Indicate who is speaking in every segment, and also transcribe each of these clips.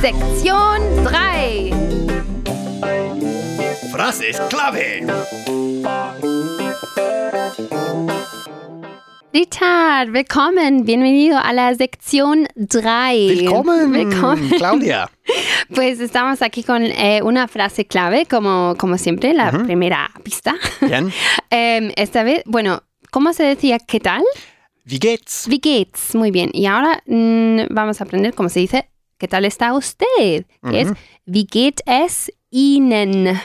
Speaker 1: Sektion 3.
Speaker 2: Frases clave.
Speaker 1: Richard, willkommen. Bienvenido a la sección 3.
Speaker 2: Willkommen,
Speaker 1: Willkommen.
Speaker 2: Claudia.
Speaker 1: Pues estamos aquí con eh, una frase clave, como, como siempre, la primera pista.
Speaker 2: Bien.
Speaker 1: Em, esta vez, bueno, ¿cómo se decía qué tal?
Speaker 2: Wie geht's?
Speaker 1: Wie geht's? Muy bien. Y ahora mm, vamos a aprender cómo se dice ¿qué tal está usted? Que es Wie geht es Ihnen?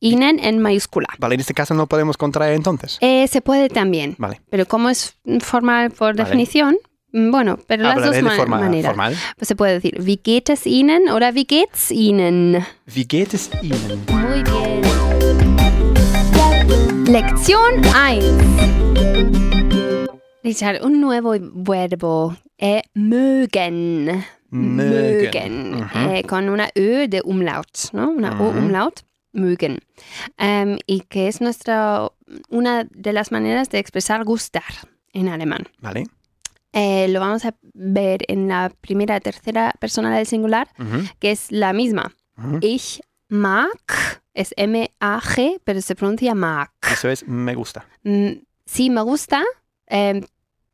Speaker 1: Ihnen en mayúscula.
Speaker 2: Vale, en este caso no podemos contraer entonces.
Speaker 1: Eh, se puede también.
Speaker 2: Vale.
Speaker 1: Pero como es formal por
Speaker 2: Vale.
Speaker 1: definición, mm, bueno, pero las
Speaker 2: Hablaré
Speaker 1: dos
Speaker 2: de
Speaker 1: ma-
Speaker 2: forma
Speaker 1: maneras.
Speaker 2: formal.
Speaker 1: Pues se puede decir, wie geht es Ihnen? Oder wie geht's Ihnen?
Speaker 2: Wie geht es Ihnen?
Speaker 1: Muy bien. Lección 1. Richard, un nuevo verbo. Eh, mögen. Mögen.
Speaker 2: Mhm.
Speaker 1: Eh, con una Ö de umlaut, ¿no? Una O
Speaker 2: Mhm.
Speaker 1: umlaut. Mögen. Em, y que es nuestra, una de las maneras de expresar gustar en alemán.
Speaker 2: Vale.
Speaker 1: Eh, lo vamos a ver en la primera, tercera persona del singular,
Speaker 2: Mhm.
Speaker 1: que es la misma.
Speaker 2: Mhm.
Speaker 1: Ich mag, es M-A-G, pero se pronuncia mag.
Speaker 2: Eso es me gusta.
Speaker 1: Mm, Sí, me gusta, eh,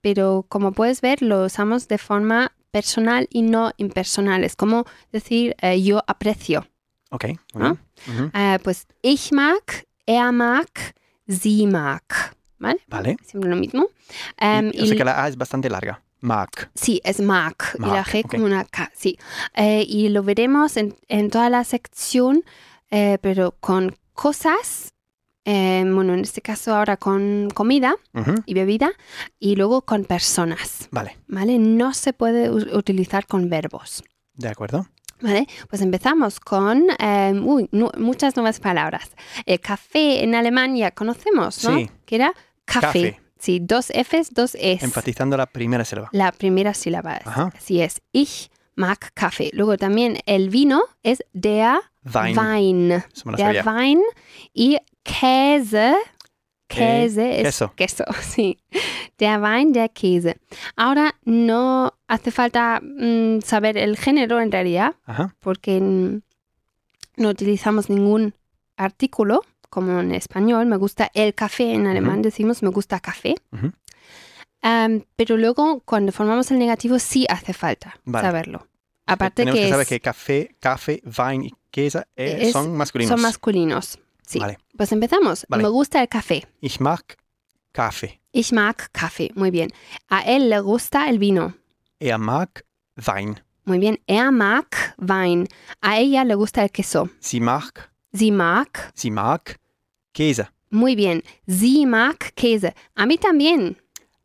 Speaker 1: pero como puedes ver, lo usamos de forma personal y no impersonal. Es como decir eh, yo aprecio.
Speaker 2: Ok. muy
Speaker 1: Ah.
Speaker 2: bien. Mhm.
Speaker 1: Eh, pues ich mag, er mag, sie mag. ¿Vale?
Speaker 2: Vale.
Speaker 1: Siempre lo mismo. Em,
Speaker 2: Y- o sea que la A es bastante larga. Mag.
Speaker 1: Sí, es Mag. y la
Speaker 2: Mag,
Speaker 1: G
Speaker 2: ok.
Speaker 1: como una K, sí. Eh, y lo veremos en, en toda la sección, eh, pero con cosas, eh, bueno, en este caso ahora con comida
Speaker 2: Mhm.
Speaker 1: y bebida, y luego con personas,
Speaker 2: Vale.
Speaker 1: ¿vale? No se puede u- utilizar con verbos,
Speaker 2: De acuerdo.
Speaker 1: ¿vale? Pues empezamos con eh, uy, nu- muchas nuevas palabras. El café en alemán ya conocemos, ¿no?
Speaker 2: Sí.
Speaker 1: Que era café.
Speaker 2: Café.
Speaker 1: Sí, dos Fs, dos Es.
Speaker 2: Enfatizando la primera sílaba.
Speaker 1: La primera sílaba es,
Speaker 2: Ajá.
Speaker 1: así es. Ich mag Kaffee. Luego también el vino es der
Speaker 2: Wein.
Speaker 1: Wein.
Speaker 2: Eso me lo
Speaker 1: Der
Speaker 2: sabía. Eh,
Speaker 1: Wein. Y Käse. Käse es
Speaker 2: queso.
Speaker 1: queso, sí. Der Wein, der Käse. Ahora no hace falta mm, saber el género en realidad,
Speaker 2: Ajá.
Speaker 1: porque mm, no utilizamos ningún artículo, como en español. Me gusta el café, en alemán decimos me gusta café.
Speaker 2: Ujú.
Speaker 1: Am, pero luego, cuando formamos el negativo, sí hace falta
Speaker 2: Vale.
Speaker 1: saberlo. Aparte
Speaker 2: Tenemos que,
Speaker 1: que,
Speaker 2: saber
Speaker 1: es-
Speaker 2: que café, café, wine y queso eh,
Speaker 1: Es-
Speaker 2: son masculinos.
Speaker 1: son masculinos. Sí.
Speaker 2: Vale.
Speaker 1: Pues empezamos.
Speaker 2: Vale.
Speaker 1: Me gusta el café.
Speaker 2: Ich mag Kaffee.
Speaker 1: Ich mag Kaffee. Muy bien. A él le gusta el vino.
Speaker 2: Er mag Wein.
Speaker 1: Muy bien. Er mag Wein. A ella le gusta el queso.
Speaker 2: Sie mag,
Speaker 1: Sie mag.
Speaker 2: sie mag Käse.
Speaker 1: Muy bien. Sie mag Käse. A mí también.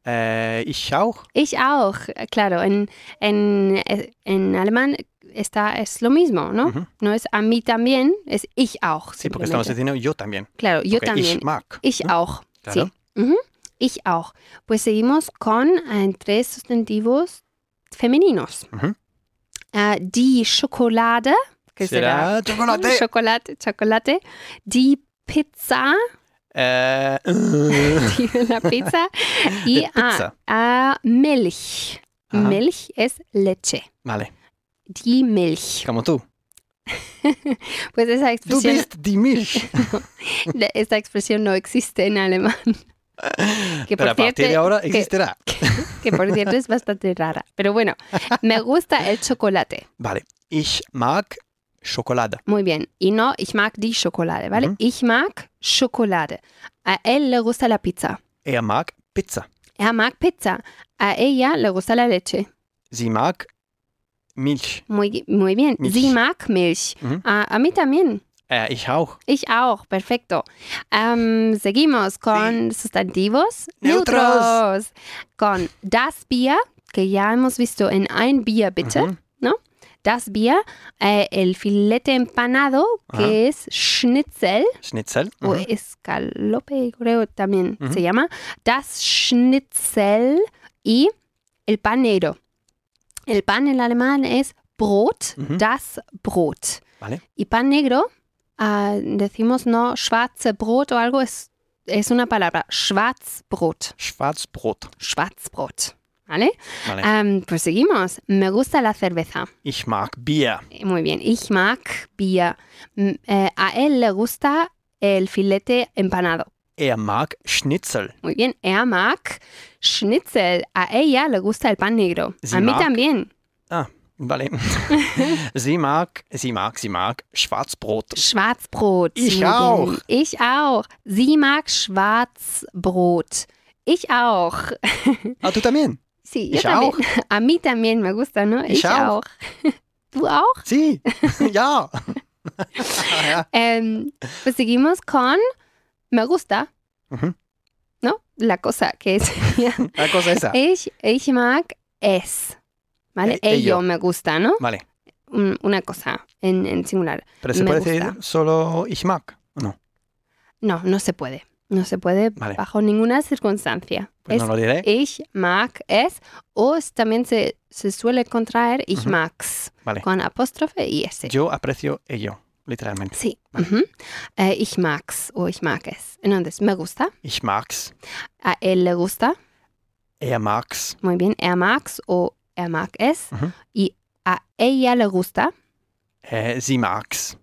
Speaker 2: Äh, ich auch.
Speaker 1: Ich auch. Claro, en, en, en alemán está, es lo mismo, ¿no?
Speaker 2: Ujú.
Speaker 1: No es a mí también, es ich auch.
Speaker 2: Sí, porque estamos
Speaker 1: Ah, simplemente.
Speaker 2: diciendo yo también.
Speaker 1: Claro, yo
Speaker 2: Okay,
Speaker 1: también.
Speaker 2: Ich mag.
Speaker 1: Ich
Speaker 2: ¿no?
Speaker 1: auch.
Speaker 2: Claro.
Speaker 1: Sí. Ujú. Ich auch. Pues seguimos con eh, tres sustantivos femeninos.
Speaker 2: Ujú.
Speaker 1: Eh, die Schokolade, que será,
Speaker 2: Será chocolate.
Speaker 1: chocolate, chocolate. Die Pizza,
Speaker 2: Äh, äh,
Speaker 1: die, la pizza. y
Speaker 2: De eh, pizza.
Speaker 1: ah, ah, Milch.
Speaker 2: Ajá.
Speaker 1: Milch es leche.
Speaker 2: vale,
Speaker 1: Die Milch.
Speaker 2: como tú.
Speaker 1: Pues esa
Speaker 2: Du
Speaker 1: expresión,
Speaker 2: bist die Milch.
Speaker 1: esta expresión no existe en alemán. Que
Speaker 2: Pero a partir de ahora
Speaker 1: que-
Speaker 2: existirá.
Speaker 1: que por cierto es bastante rara. Pero bueno, me gusta el chocolate.
Speaker 2: Vale, ich mag Schokolade.
Speaker 1: Muy bien. Y no, ich mag die Schokolade, ¿vale?
Speaker 2: Ujú.
Speaker 1: Ich mag Schokolade. A él le gusta la pizza.
Speaker 2: Er mag Pizza.
Speaker 1: Er mag Pizza. A ella le gusta la leche.
Speaker 2: Sie mag Milch.
Speaker 1: Muy, muy bien.
Speaker 2: Milch.
Speaker 1: Sie mag Milch.
Speaker 2: Ujú.
Speaker 1: A, a mí también.
Speaker 2: Äh, ich auch.
Speaker 1: Ich auch. Perfecto. Am, seguimos con sustantivos
Speaker 2: Neutros.
Speaker 1: neutros. Con das Bier, que ya hemos visto en ein Bier, bitte.
Speaker 2: Mhm.
Speaker 1: das Bier, eh, el filete empanado,
Speaker 2: Ajá.
Speaker 1: que es Schnitzel,
Speaker 2: Schnitzel.
Speaker 1: o
Speaker 2: Mhm.
Speaker 1: escalope, creo también
Speaker 2: Ujú.
Speaker 1: se llama, das Schnitzel y el panero. El pan en alemán es Brot,
Speaker 2: Ujú.
Speaker 1: das Brot.
Speaker 2: Vale.
Speaker 1: Y pan negro, ah, decimos no schwarze Brot o algo, es, es una palabra, Schwarzbrot,
Speaker 2: Schwarzbrot.
Speaker 1: Schwarzbrot. ¿Vale?
Speaker 2: Vale.
Speaker 1: Am, pues seguimos. Me gusta la cerveza.
Speaker 2: Ich mag Bier.
Speaker 1: Eh, Muy bien. Ich mag Bier. Mm, eh, a él le gusta el filete empanado.
Speaker 2: Er mag Schnitzel.
Speaker 1: Muy bien. Er mag Schnitzel. A ella le gusta el pan negro.
Speaker 2: Sie
Speaker 1: a mí
Speaker 2: mag-
Speaker 1: también.
Speaker 2: Vale. sie mag, sie mag, sie mag Schwarzbrot.
Speaker 1: Schwarzbrot.
Speaker 2: Ich
Speaker 1: Muy bien.
Speaker 2: auch.
Speaker 1: Ich auch. Sie mag Schwarzbrot. Ich auch.
Speaker 2: Ah, du también.
Speaker 1: Sí, yo
Speaker 2: Ich
Speaker 1: también.
Speaker 2: auch.
Speaker 1: A mí también me gusta, ¿no?
Speaker 2: Ich auch.
Speaker 1: ¿Tú auch?
Speaker 2: Sie. ja. ja.
Speaker 1: Em, pues seguimos con me gusta,
Speaker 2: Mhm.
Speaker 1: ¿no? La cosa que es.
Speaker 2: La cosa esa.
Speaker 1: ich, ich mag es. ¿Vale?
Speaker 2: E- ello.
Speaker 1: Ello me gusta, ¿no?
Speaker 2: Vale.
Speaker 1: Un- Una cosa en, en singular.
Speaker 2: Pero se
Speaker 1: Me
Speaker 2: puede
Speaker 1: gusta.
Speaker 2: decir solo ich mag. ¿o No,
Speaker 1: No, no se puede. No se puede
Speaker 2: Vale.
Speaker 1: bajo ninguna circunstancia.
Speaker 2: pues
Speaker 1: es
Speaker 2: no lo diré.
Speaker 1: ich mag es. O es- también se, se suele contraer ich
Speaker 2: Ujú.
Speaker 1: mag's
Speaker 2: Vale.
Speaker 1: con apóstrofe y s.
Speaker 2: Yo aprecio ello, literalmente.
Speaker 1: Sí.
Speaker 2: Vale.
Speaker 1: ujú. Eh, ich mag's o ich mag es. Entonces, me gusta.
Speaker 2: Ich mag's.
Speaker 1: A él le gusta.
Speaker 2: Er mag's.
Speaker 1: Muy bien. Er mag's o er mag es.
Speaker 2: Ujú.
Speaker 1: Y a ella le gusta.
Speaker 2: Äh, sie mag's.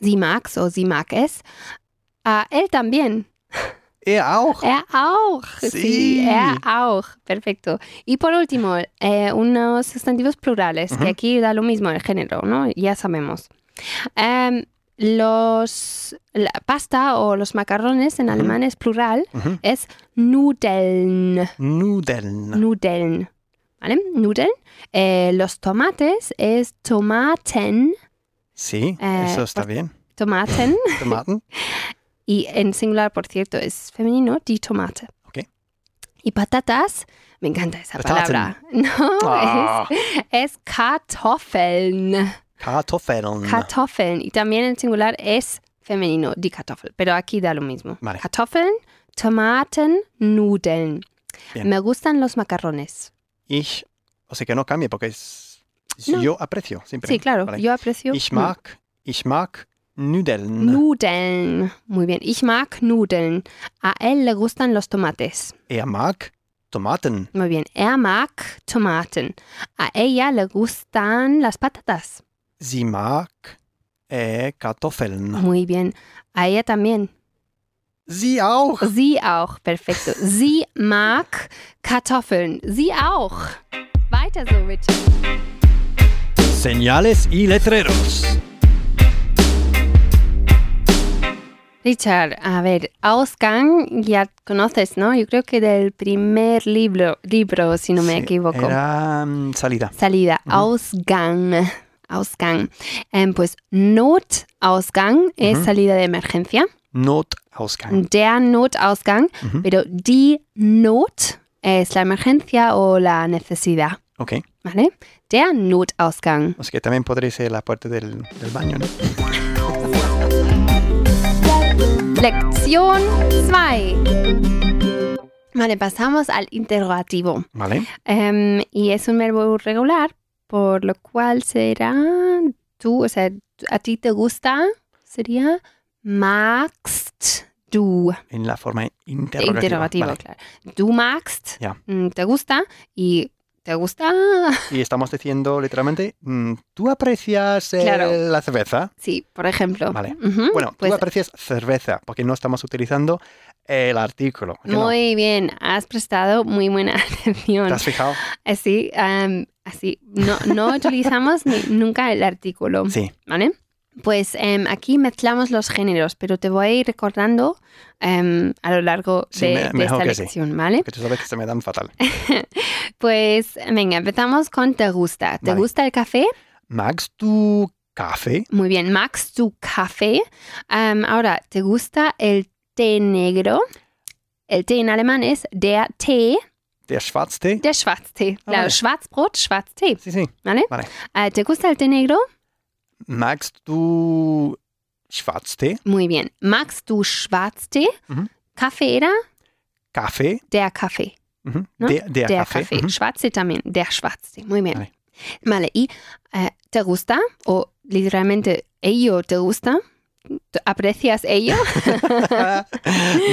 Speaker 1: Sie mag's o sie mag es. A él también.
Speaker 2: Er auch.
Speaker 1: Er auch.
Speaker 2: Sí.
Speaker 1: er auch. Perfecto. Y por último, eh, unos sustantivos plurales, que
Speaker 2: Ujú.
Speaker 1: aquí da lo mismo el género, ¿no? Ya sabemos. Em, los la pasta o los macarrones en
Speaker 2: Ujú.
Speaker 1: alemán es plural,
Speaker 2: Mhm.
Speaker 1: es Nudeln.
Speaker 2: Nudeln.
Speaker 1: Nudeln. ¿Vale? Nudeln. Eh, los tomates es Tomaten.
Speaker 2: Sí,
Speaker 1: Äh,
Speaker 2: eso está bien.
Speaker 1: Tomaten.
Speaker 2: Tomaten.
Speaker 1: y en singular, por cierto, es femenino, die Tomate.
Speaker 2: Ok.
Speaker 1: Y patatas, me encanta esa
Speaker 2: Pataten.
Speaker 1: palabra. No,
Speaker 2: Ah,
Speaker 1: es, es Kartoffeln.
Speaker 2: Kartoffeln.
Speaker 1: Kartoffeln. Y también en singular es femenino, die Kartoffel. Pero aquí da lo mismo.
Speaker 2: Vale.
Speaker 1: Kartoffeln, Tomaten, Nudeln.
Speaker 2: Bien.
Speaker 1: Me gustan los macarrones.
Speaker 2: ich, o sea que no cambie porque es, es-
Speaker 1: No.
Speaker 2: yo aprecio siempre.
Speaker 1: Sí, claro,
Speaker 2: Vale.
Speaker 1: yo aprecio.
Speaker 2: Ich mag, ich mag Nudeln.
Speaker 1: Nudeln. Muy bien. Ich mag Nudeln. A él le gustan los tomates.
Speaker 2: er mag Tomaten.
Speaker 1: Muy bien. Er mag Tomaten. A ella le gustan las patatas.
Speaker 2: Sie mag äh, Kartoffeln.
Speaker 1: Muy bien. A ella también.
Speaker 2: Sie auch.
Speaker 1: Sie auch. Perfecto. Sie mag Kartoffeln. Sie auch. Weiter so, Richard.
Speaker 2: Señales y letreros.
Speaker 1: Richard, a ver, Ausgang ya conoces, ¿no? Yo creo que del primer libro, libro si no me
Speaker 2: Sí,
Speaker 1: equivoco.
Speaker 2: Era mm, salida.
Speaker 1: Salida,
Speaker 2: Mhm.
Speaker 1: Ausgang. Ausgang. Em, pues Notausgang es
Speaker 2: Mhm.
Speaker 1: salida de emergencia.
Speaker 2: Notausgang.
Speaker 1: Der Notausgang,
Speaker 2: Mhm.
Speaker 1: pero die Not es la emergencia o la necesidad.
Speaker 2: Ok.
Speaker 1: ¿Vale? Der Notausgang.
Speaker 2: O sea que también podría ser la puerta del, del baño, ¿no?
Speaker 1: Lección 2. Vale, pasamos al interrogativo.
Speaker 2: Vale.
Speaker 1: Em, y es un verbo regular, por lo cual será tú, o sea, a ti te gusta, sería magst du. Eh,
Speaker 2: En la forma interrogativa.
Speaker 1: Interrogativo,
Speaker 2: Vale.
Speaker 1: claro. Du magst,
Speaker 2: Ya.
Speaker 1: mm, te gusta, y te gusta,
Speaker 2: Y estamos diciendo literalmente, mm, ¿tú aprecias eh,
Speaker 1: Claro.
Speaker 2: la cerveza?
Speaker 1: sí, por ejemplo.
Speaker 2: Vale.
Speaker 1: Ujú,
Speaker 2: Bueno,
Speaker 1: pues
Speaker 2: tú aprecias cerveza, porque no estamos utilizando el artículo. ¿a que no?
Speaker 1: muy bien, has prestado muy buena
Speaker 2: ¿Te
Speaker 1: atención.
Speaker 2: has fijado?
Speaker 1: Así, em, así, no, no utilizamos ni- nunca el artículo.
Speaker 2: Sí.
Speaker 1: ¿vale? Pues em, aquí mezclamos los géneros, pero te voy a ir recordando em, a lo largo
Speaker 2: Sí,
Speaker 1: de,
Speaker 2: me-
Speaker 1: de
Speaker 2: mejor
Speaker 1: esta
Speaker 2: que sí.
Speaker 1: lección, ¿vale?
Speaker 2: Porque tú sabes que se me dan fatal.
Speaker 1: Pues venga, empezamos con te gusta. ¿Te
Speaker 2: Vale.
Speaker 1: gusta el café?
Speaker 2: ¿Magst du Kaffee?
Speaker 1: Muy bien, Max, tu café. Em, ahora, ¿te gusta el té negro? El té en alemán es der Tee,
Speaker 2: Der Schwarztee?
Speaker 1: der Schwarztee.
Speaker 2: Ah,
Speaker 1: Claro,
Speaker 2: vale.
Speaker 1: Schwarzbrot, Schwarztee,
Speaker 2: Sí, sí.
Speaker 1: ¿vale?
Speaker 2: Vale.
Speaker 1: Eh, ¿Te gusta el té negro?
Speaker 2: ¿Magst du Schwarztee?
Speaker 1: Muy bien. Max, tu Schwarztee?
Speaker 2: Ujú.
Speaker 1: Café era
Speaker 2: Kaffee?
Speaker 1: der Kaffee.
Speaker 2: Mhm.
Speaker 1: No,
Speaker 2: Der, der,
Speaker 1: Der
Speaker 2: Kaffee.
Speaker 1: Kaffee.
Speaker 2: Mhm.
Speaker 1: Schwarze también. Der Schwarze. Muy bien.
Speaker 2: Vale.
Speaker 1: Vale. Y eh, te gusta o literalmente ello te gusta. ¿Te- ¿Aprecias ello?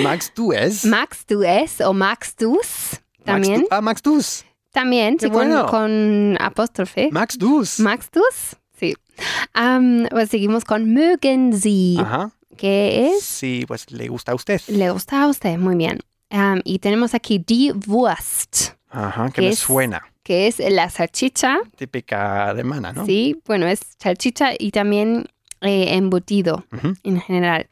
Speaker 2: magst du es?
Speaker 1: ¿Max tú es o max tus?
Speaker 2: Magst
Speaker 1: También.
Speaker 2: du, ah, magst du's?
Speaker 1: También,
Speaker 2: Qué
Speaker 1: sí, con-
Speaker 2: bueno.
Speaker 1: con, apóstrofe.
Speaker 2: Max Dus.
Speaker 1: ¿Magst du's? Sí. Am, pues seguimos con mögen Sie,
Speaker 2: Ajá.
Speaker 1: que es
Speaker 2: Sí, pues le gusta a usted.
Speaker 1: le gusta a usted. Muy bien. Am, y tenemos aquí die Wurst,
Speaker 2: Ajá, que
Speaker 1: que
Speaker 2: me
Speaker 1: es-
Speaker 2: suena.
Speaker 1: que es la salchicha.
Speaker 2: Típica alemana, ¿no?
Speaker 1: Sí, bueno, es salchicha y también eh, embutido
Speaker 2: Ujú.
Speaker 1: en general.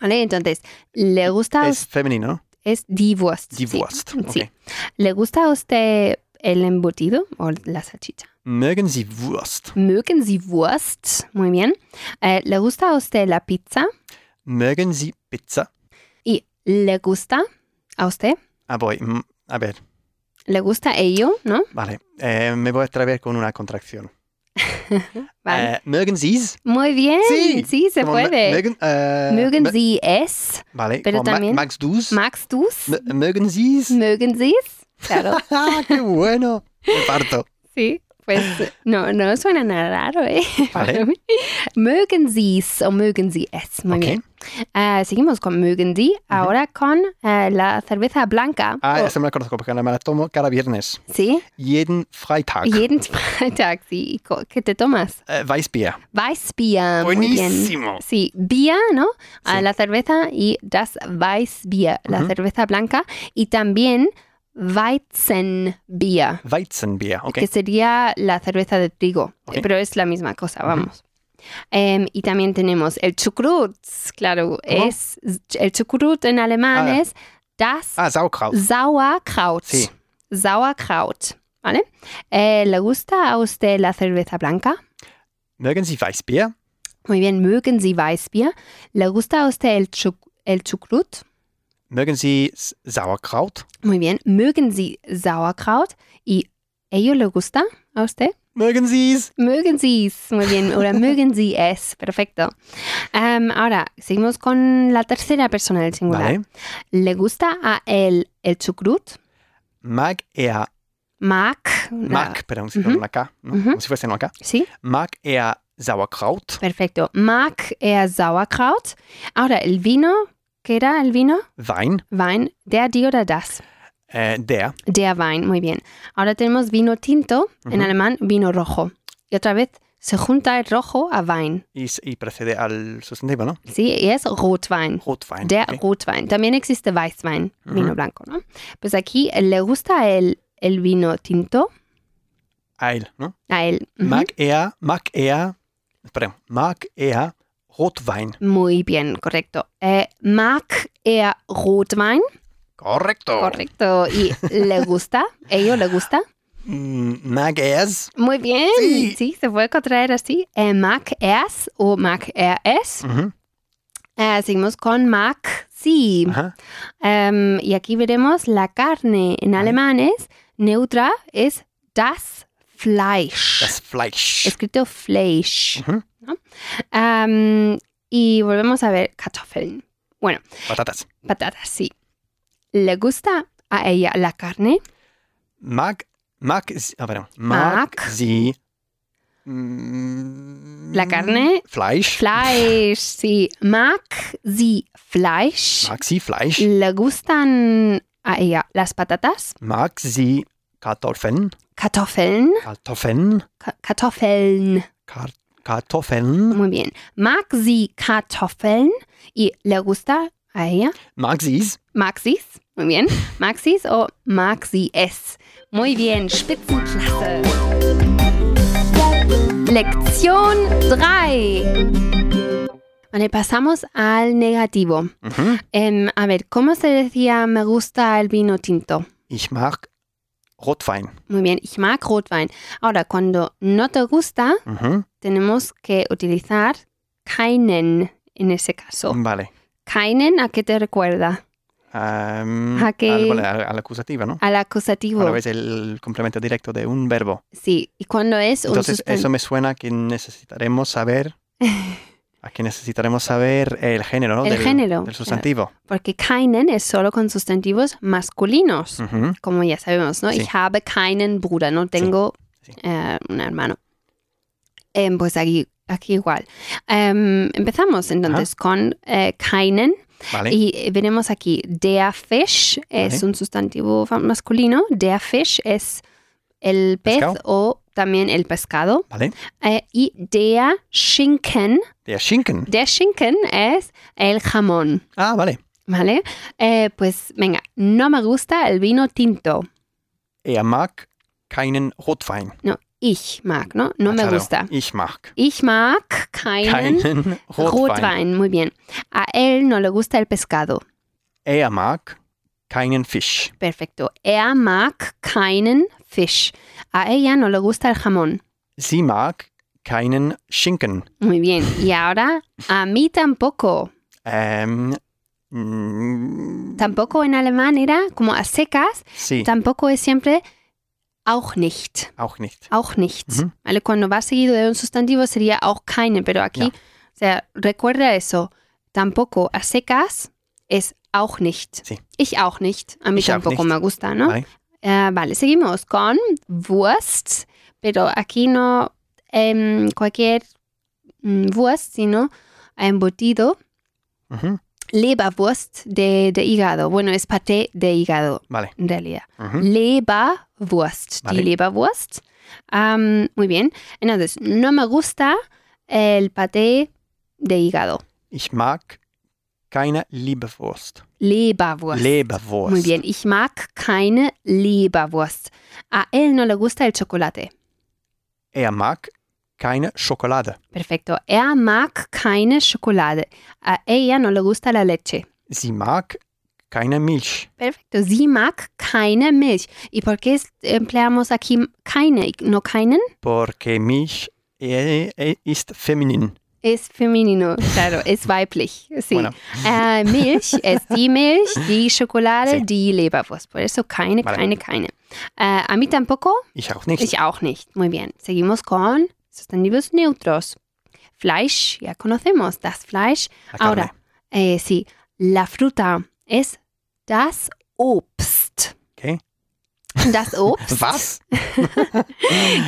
Speaker 1: Vale, entonces, le gusta a
Speaker 2: Es femenino, ¿no?
Speaker 1: us- es die Wurst.
Speaker 2: Die
Speaker 1: sí.
Speaker 2: Wurst.
Speaker 1: Sí.
Speaker 2: Okay.
Speaker 1: ¿Le gusta a usted el embutido o la salchicha?
Speaker 2: Mögen Sie Wurst?
Speaker 1: Mögen Sie Wurst? Muy bien. Eh, ¿Le gusta a usted la pizza?
Speaker 2: Mögen Sie Pizza?
Speaker 1: ¿Y le gusta a usted?
Speaker 2: Ah, voy. mm, A ver,
Speaker 1: ¿Le gusta ello? ¿No?
Speaker 2: vale. Eh, me voy a atrever con una contracción.
Speaker 1: Vale.
Speaker 2: Eh, mögen Sie's?
Speaker 1: Muy bien.
Speaker 2: sí,
Speaker 1: se
Speaker 2: Como mö-
Speaker 1: puede.
Speaker 2: Mögen, eh,
Speaker 1: Mögen
Speaker 2: mö-
Speaker 1: Sie es?
Speaker 2: Vale,
Speaker 1: pero
Speaker 2: como Ma-
Speaker 1: también-
Speaker 2: Max Dus.
Speaker 1: Magst du's?
Speaker 2: Mö- Mögen Sie's?
Speaker 1: Mögen Sie es? Claro.
Speaker 2: ¡Ah, qué bueno! Me parto.
Speaker 1: Sí. Pues no, no suena nada raro, ¿eh? Para
Speaker 2: Vale.
Speaker 1: mí. Mögen Sie es o mögen Sie es. Muy
Speaker 2: Ok.
Speaker 1: bien. Ah, seguimos con mögen Sie. Ahora con eh, la cerveza blanca.
Speaker 2: Ah,
Speaker 1: O-
Speaker 2: esa me la conozco porque me la tomo cada viernes.
Speaker 1: Sí.
Speaker 2: Jeden Freitag.
Speaker 1: Jeden Freitag, sí. ¿Y co- ¿Qué te tomas?
Speaker 2: Eh, Weißbier.
Speaker 1: Weißbier. Muy bien.
Speaker 2: Buenísimo.
Speaker 1: Sí, Bier, ¿no? Ah,
Speaker 2: Sí.
Speaker 1: La cerveza y das Weißbier, la
Speaker 2: Ujú.
Speaker 1: cerveza blanca. Y también Weizenbier,
Speaker 2: Weizenbier. Ok.
Speaker 1: que sería la cerveza de trigo.
Speaker 2: Ok.
Speaker 1: Pero es la misma cosa,
Speaker 2: Ujú.
Speaker 1: vamos. Em, y también tenemos el Chukrut, claro.
Speaker 2: ¿Cómo?
Speaker 1: es El Chukrut en alemán
Speaker 2: Ah.
Speaker 1: es das
Speaker 2: Ah, Sauerkraut.
Speaker 1: Sauerkraut.
Speaker 2: Sí.
Speaker 1: Sauerkraut. ¿Vale? Eh, ¿Le gusta a usted la cerveza blanca?
Speaker 2: Mögen Sie Weißbier?
Speaker 1: Muy bien, mögen Sie Weißbier. ¿Le gusta a usted el, chuc el chucrut?
Speaker 2: Mögen Sie S- Sauerkraut?
Speaker 1: Muy bien, mögen Sie Sauerkraut. ¿Y ello le gusta a usted?
Speaker 2: Mögen Sie's?
Speaker 1: Mögen Sie es. Muy bien, ahora mögen Sie es. Perfecto. Em, ahora, seguimos con la tercera persona del singular.
Speaker 2: Vale.
Speaker 1: ¿Le gusta a él el chucrut?
Speaker 2: Mag er,
Speaker 1: Mag.
Speaker 2: mag, perdón, si
Speaker 1: Ujú.
Speaker 2: ponen acá, ¿no?
Speaker 1: Ujú.
Speaker 2: como si fuese no acá.
Speaker 1: Sí.
Speaker 2: Mag er Sauerkraut?
Speaker 1: Perfecto. Mag er Sauerkraut. Ahora, el vino, ¿qué era el vino?
Speaker 2: Wein?
Speaker 1: Wein, der, die oder das.
Speaker 2: Äh, der?
Speaker 1: Der Wein, muy bien. Ahora tenemos vino tinto, en
Speaker 2: Ujú.
Speaker 1: alemán vino rojo. Y otra vez se junta el rojo a Wein,
Speaker 2: Y, s- y precede al sustantivo, ¿no?
Speaker 1: ¿sí? Y es Rotwein.
Speaker 2: ne? Rotwein.
Speaker 1: Der
Speaker 2: ok.
Speaker 1: Rotwein. También existe Weißwein, vino
Speaker 2: Ujú.
Speaker 1: blanco, ¿no? Pues aquí le gusta el, el vino tinto
Speaker 2: Eil, ¿no?
Speaker 1: a él. Ujú.
Speaker 2: Mag er, mag er, perdón, mag er Rotwein?
Speaker 1: Muy bien, correcto. Eh, mag er Rotwein.
Speaker 2: Correcto.
Speaker 1: Correcto. ¿Y le gusta? ¿Ello le gusta?
Speaker 2: Mm, Mag er's?
Speaker 1: Muy bien. Sí,
Speaker 2: Sí.
Speaker 1: se puede contraer así. Eh, Mac es o Mac er es.
Speaker 2: Ujú,
Speaker 1: Eh, seguimos con Mac sí.
Speaker 2: Ajá.
Speaker 1: Em, y aquí veremos la carne. En
Speaker 2: Vale.
Speaker 1: alemán es neutra, es das Fleisch.
Speaker 2: Das Fleisch.
Speaker 1: Escrito Fleisch.
Speaker 2: Ujú,
Speaker 1: Em, y volvemos a ver Kartoffeln.
Speaker 2: Patatas.
Speaker 1: Patatas, sí. ¿Le gusta a ella la carne?
Speaker 2: Mag, mag, s- ah, perdón. Mag,
Speaker 1: Mag.
Speaker 2: sie mm,
Speaker 1: La carne.
Speaker 2: Fleisch.
Speaker 1: Fleisch, sí. Mag sie Fleisch? Äh.
Speaker 2: Mag sie Fleisch?
Speaker 1: ¿Le gustan a ella las patatas?
Speaker 2: Mag sie Kartoffeln?
Speaker 1: Kartoffeln.
Speaker 2: Kartoffeln?
Speaker 1: Ka- Kartoffeln.
Speaker 2: Kar Kartoffeln?
Speaker 1: Muy bien. Mag sie Kartoffeln? ¿Y le gusta a ella?
Speaker 2: Mag sie's?
Speaker 1: Mag sie's? Muy bien. Mag sie's o mag sie es? Muy bien. Spitzenklasse. Lektion 3. Vale, pasamos al negativo.
Speaker 2: Mhm.
Speaker 1: Em, a ver, ¿cómo se decía me gusta el vino tinto?
Speaker 2: Ich mag Rotwein.
Speaker 1: Muy bien, ich mag Rotwein. Ahora, cuando no te gusta,
Speaker 2: Mhm.
Speaker 1: tenemos que utilizar keinen en ese caso.
Speaker 2: Vale.
Speaker 1: Keinen, ¿a qué te recuerda?
Speaker 2: Ähm,
Speaker 1: Ah, que-
Speaker 2: al, vale, al, al acusativo, ¿no?
Speaker 1: Al acusativo.
Speaker 2: Ahora ves el complemento directo de un verbo.
Speaker 1: Sí, y cuando es un
Speaker 2: Entonces,
Speaker 1: sustan-
Speaker 2: eso me suena que necesitaremos saber. a que necesitaremos saber el género, ¿no?
Speaker 1: El
Speaker 2: del,
Speaker 1: género,
Speaker 2: Del sustantivo.
Speaker 1: Porque keinen es solo con sustantivos masculinos,
Speaker 2: Ujú.
Speaker 1: como ya sabemos, ¿no?
Speaker 2: Mm. Sí.
Speaker 1: Ich habe keinen Bruder, no tengo
Speaker 2: Sí.
Speaker 1: eh, un hermano. Em, pues aquí, aquí igual. Em, empezamos entonces con eh, keinen.
Speaker 2: Vale.
Speaker 1: Y eh, veremos aquí, der Fisch es un sustantivo fa- masculino, der Fisch es el pez
Speaker 2: Pescado.
Speaker 1: o también el pescado.
Speaker 2: ¿vale?
Speaker 1: Eh, y der Schinken,
Speaker 2: Der Schinken.
Speaker 1: der Schinken es el jamón,
Speaker 2: Ah, vale.
Speaker 1: ¿vale? Eh, pues venga, no me gusta el vino tinto.
Speaker 2: Er mag keinen Rotwein.
Speaker 1: No, ich mag, ¿no? No me
Speaker 2: Claro,
Speaker 1: gusta.
Speaker 2: Ich mag
Speaker 1: Ich mag keinen,
Speaker 2: keinen Rotwein.
Speaker 1: Rotwein. Muy bien. A él no le gusta el pescado.
Speaker 2: Er mag keinen Fisch.
Speaker 1: Perfecto. Er mag keinen Fisch. A ella no le gusta el jamón.
Speaker 2: Sie mag keinen Schinken.
Speaker 1: Muy bien. Y ahora, a mí tampoco.
Speaker 2: Ähm, mm,
Speaker 1: Tampoco en alemán era como a secas.
Speaker 2: sí,
Speaker 1: Tampoco es siempre auch nicht.
Speaker 2: auch nicht.
Speaker 1: Auch nicht.
Speaker 2: Ujú.
Speaker 1: ¿Vale? Cuando va seguido de un sustantivo sería auch keinen. Pero aquí,
Speaker 2: Ya.
Speaker 1: o sea, recuerda eso. Tampoco a secas es auch nicht.
Speaker 2: Sí.
Speaker 1: Ich auch nicht. A mí
Speaker 2: Ich auch
Speaker 1: tampoco
Speaker 2: nicht.
Speaker 1: me gusta, ¿no?
Speaker 2: Vale.
Speaker 1: Eh, vale, seguimos con Wurst, pero aquí no em, cualquier mm, Wurst, sino embutido.
Speaker 2: Mhm,
Speaker 1: Leberwurst de, de hígado. Bueno, es paté de hígado,
Speaker 2: vale.
Speaker 1: en realidad.
Speaker 2: Mhm.
Speaker 1: Leberwurst,
Speaker 2: Vale.
Speaker 1: die Leberwurst. Am, muy bien. Entonces, no me gusta el paté de hígado.
Speaker 2: Ich mag keine Leberwurst.
Speaker 1: Leberwurst.
Speaker 2: Leberwurst.
Speaker 1: Muy bien. Ich mag keine Leberwurst. A él no le gusta el chocolate.
Speaker 2: Er mag keine Schokolade.
Speaker 1: Perfecto. Er mag keine Schokolade. A ella no le gusta la leche.
Speaker 2: Sie mag keine Milch.
Speaker 1: Perfecto. Sie mag keine Milch. ¿Y por qué es- empleamos aquí keine y no keinen?
Speaker 2: Porque Milch eh, eh, ist feminin.
Speaker 1: Es femenino, claro, es weiblich. Sí.
Speaker 2: Bueno,
Speaker 1: Äh, Milch es die Milch, die Schokolade,
Speaker 2: Sí.
Speaker 1: die Leberwurst. Por eso keine,
Speaker 2: Vale.
Speaker 1: keine, keine. Äh, a mí tampoco,
Speaker 2: ich auch nicht.
Speaker 1: ich auch nicht. Muy bien. Seguimos con sustantivos neutros. Fleisch, ya conocemos. Das Fleisch
Speaker 2: La carne.
Speaker 1: Ahora, eh, sí, la fruta es das Obst.
Speaker 2: ¿Qué?
Speaker 1: Das Obst.
Speaker 2: Was?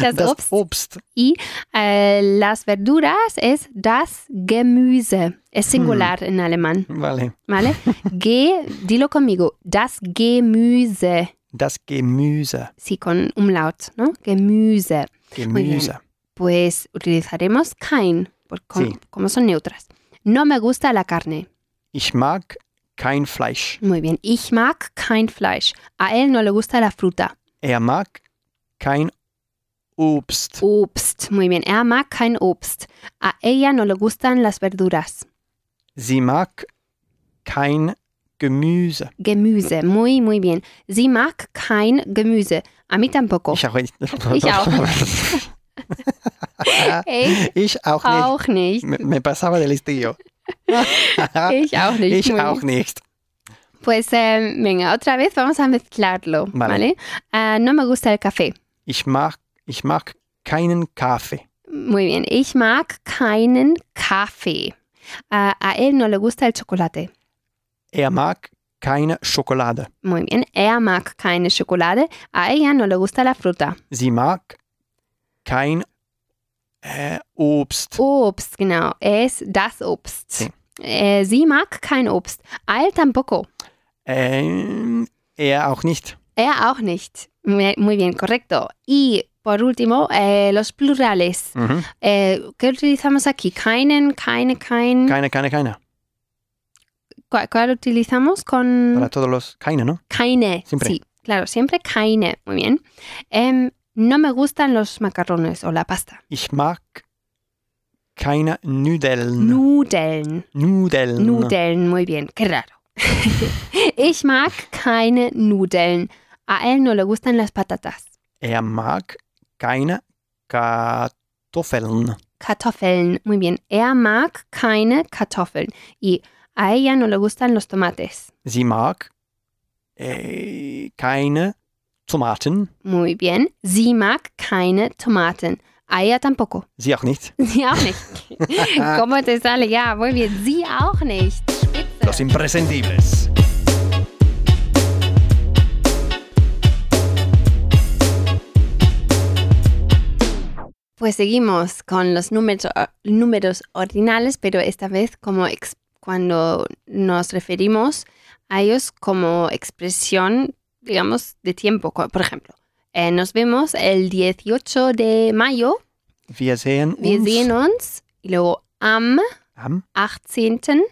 Speaker 1: Das, Obst.
Speaker 2: Obst.
Speaker 1: Y eh, las verduras es das Gemüse. Es singular en alemán,
Speaker 2: Vale.
Speaker 1: ¿vale? Ge, dilo conmigo, das Gemüse.
Speaker 2: Das Gemüse.
Speaker 1: Sí, con umlaut, ¿no? Gemüse.
Speaker 2: Gemüse.
Speaker 1: Pues utilizaremos kein, por- con-
Speaker 2: Sí.
Speaker 1: como son neutras. No me gusta la carne.
Speaker 2: Ich mag kein Fleisch.
Speaker 1: Muy bien. Ich mag kein Fleisch. A él no le gusta la fruta.
Speaker 2: Er mag kein Obst.
Speaker 1: Obst. Muy bien. Er mag kein Obst. A ella no le gustan las verduras.
Speaker 2: Sie mag kein Gemüse.
Speaker 1: Gemüse. Muy, muy bien. Sie mag kein Gemüse. A mí tampoco.
Speaker 2: Ich auch nicht.
Speaker 1: Ich auch
Speaker 2: nicht.
Speaker 1: Ich
Speaker 2: ich auch nicht.
Speaker 1: auch nicht.
Speaker 2: Me, me pasaba del listillo.
Speaker 1: Ich auch nicht.
Speaker 2: ich
Speaker 1: Muy
Speaker 2: auch
Speaker 1: bien.
Speaker 2: nicht.
Speaker 1: Pues eh, venga, otra vez vamos a mezclarlo. Vale.
Speaker 2: Vale.
Speaker 1: Ah, no me gusta el café.
Speaker 2: Ich mag, ich mag keinen Kaffee.
Speaker 1: Muy bien. Ich mag keinen Kaffee. Ah, a él no le gusta el chocolate.
Speaker 2: Er mag keine Schokolade.
Speaker 1: Muy bien. Er mag keine Schokolade. A ella no le gusta la fruta.
Speaker 2: Sie mag kein äh, Obst.
Speaker 1: Obst, genau. Es das Obst.
Speaker 2: Sí.
Speaker 1: Äh, sie mag kein Obst. Al tampoco.
Speaker 2: Ähm, er auch nicht.
Speaker 1: Er auch nicht. Muy muy bien, correcto. Y por último, eh, los plurales. Eh, ¿Qué utilizamos aquí? Keinen, keine, kein.
Speaker 2: Keine, keine, keine.
Speaker 1: ¿Cuál, cuál utilizamos
Speaker 2: Para
Speaker 1: con
Speaker 2: todos los. Keine, ne? ¿no?
Speaker 1: keine?
Speaker 2: Siempre.
Speaker 1: Sí, claro, siempre keine. Muy bien. Em, no me gustan los macarrones o la pasta.
Speaker 2: Ich mag keine Nudeln.
Speaker 1: Nudeln.
Speaker 2: Nudeln.
Speaker 1: Nudeln, muy bien, qué raro. ich mag keine Nudeln. A él no le gustan las patatas.
Speaker 2: Er mag keine Kartoffeln.
Speaker 1: Kartoffeln, muy bien. Er mag keine Kartoffeln. Y a ella no le gustan los tomates.
Speaker 2: Sie mag äh, keine Tomaten.
Speaker 1: Muy bien. Sie mag keine Tomaten. A ella tampoco.
Speaker 2: Sie auch nicht.
Speaker 1: Sie auch nicht. ¿Cómo te sale? Ja, muy bien. Sie auch nicht.
Speaker 2: Los
Speaker 1: Spitze.
Speaker 2: imprescindibles.
Speaker 1: Pues seguimos con los números, números ordinales, pero esta vez como ex- cuando nos referimos a ellos como expresión, digamos, de tiempo. Co- Por ejemplo, eh, Eh, nos vemos el 18 de mayo.
Speaker 2: Wir sehen uns
Speaker 1: Wir sehen uns. Y luego am
Speaker 2: am
Speaker 1: 18.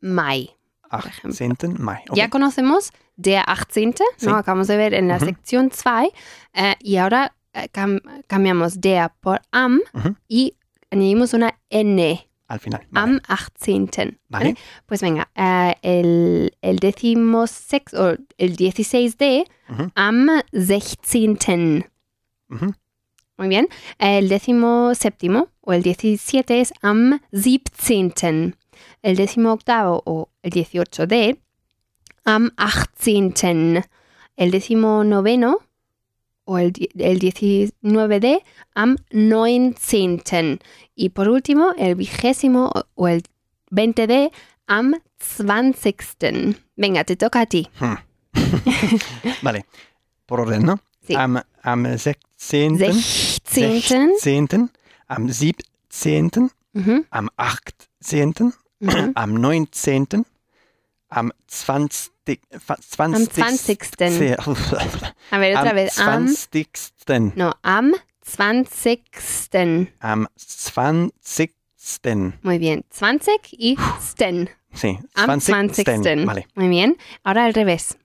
Speaker 1: Mai.
Speaker 2: 18. Mai. Okay.
Speaker 1: Ya conocemos de 18,
Speaker 2: Sí.
Speaker 1: ¿no? Acabamos de ver en la
Speaker 2: Ujú.
Speaker 1: sección 2. eh, y ahora eh, cam- cambiamos de por am
Speaker 2: Ujú.
Speaker 1: y añadimos una N.
Speaker 2: Al final. Vale.
Speaker 1: Am 18.
Speaker 2: Vale.
Speaker 1: Pues venga, eh, el, el decimosex- o el 16 de
Speaker 2: Ujú.
Speaker 1: am 16.
Speaker 2: Ujú.
Speaker 1: Muy bien. El décimo séptimo o el 17 es am 17. El décimo octavo o el 18 de am 18. El décimo noveno o el, die- el 19 de am 19. Y por último, el vigésimo o- o el 20 de am 20. Venga, te toca a ti.
Speaker 2: Vale. Por orden, ¿no?
Speaker 1: Sí.
Speaker 2: Am, am 16.
Speaker 1: 16.
Speaker 2: 16., Am 17.
Speaker 1: Ujú,
Speaker 2: Am 18.
Speaker 1: ujú.
Speaker 2: Am 19. Am 20. fa-
Speaker 1: Am
Speaker 2: 20.
Speaker 1: 20. A ver, otra
Speaker 2: Am
Speaker 1: vez. Am
Speaker 2: 20.
Speaker 1: No, am 20.
Speaker 2: Am 20.
Speaker 1: Muy bien. 20 y sten.
Speaker 2: Sí,
Speaker 1: Am
Speaker 2: 20.
Speaker 1: 20.
Speaker 2: Vale.
Speaker 1: Muy bien. Ahora al revés.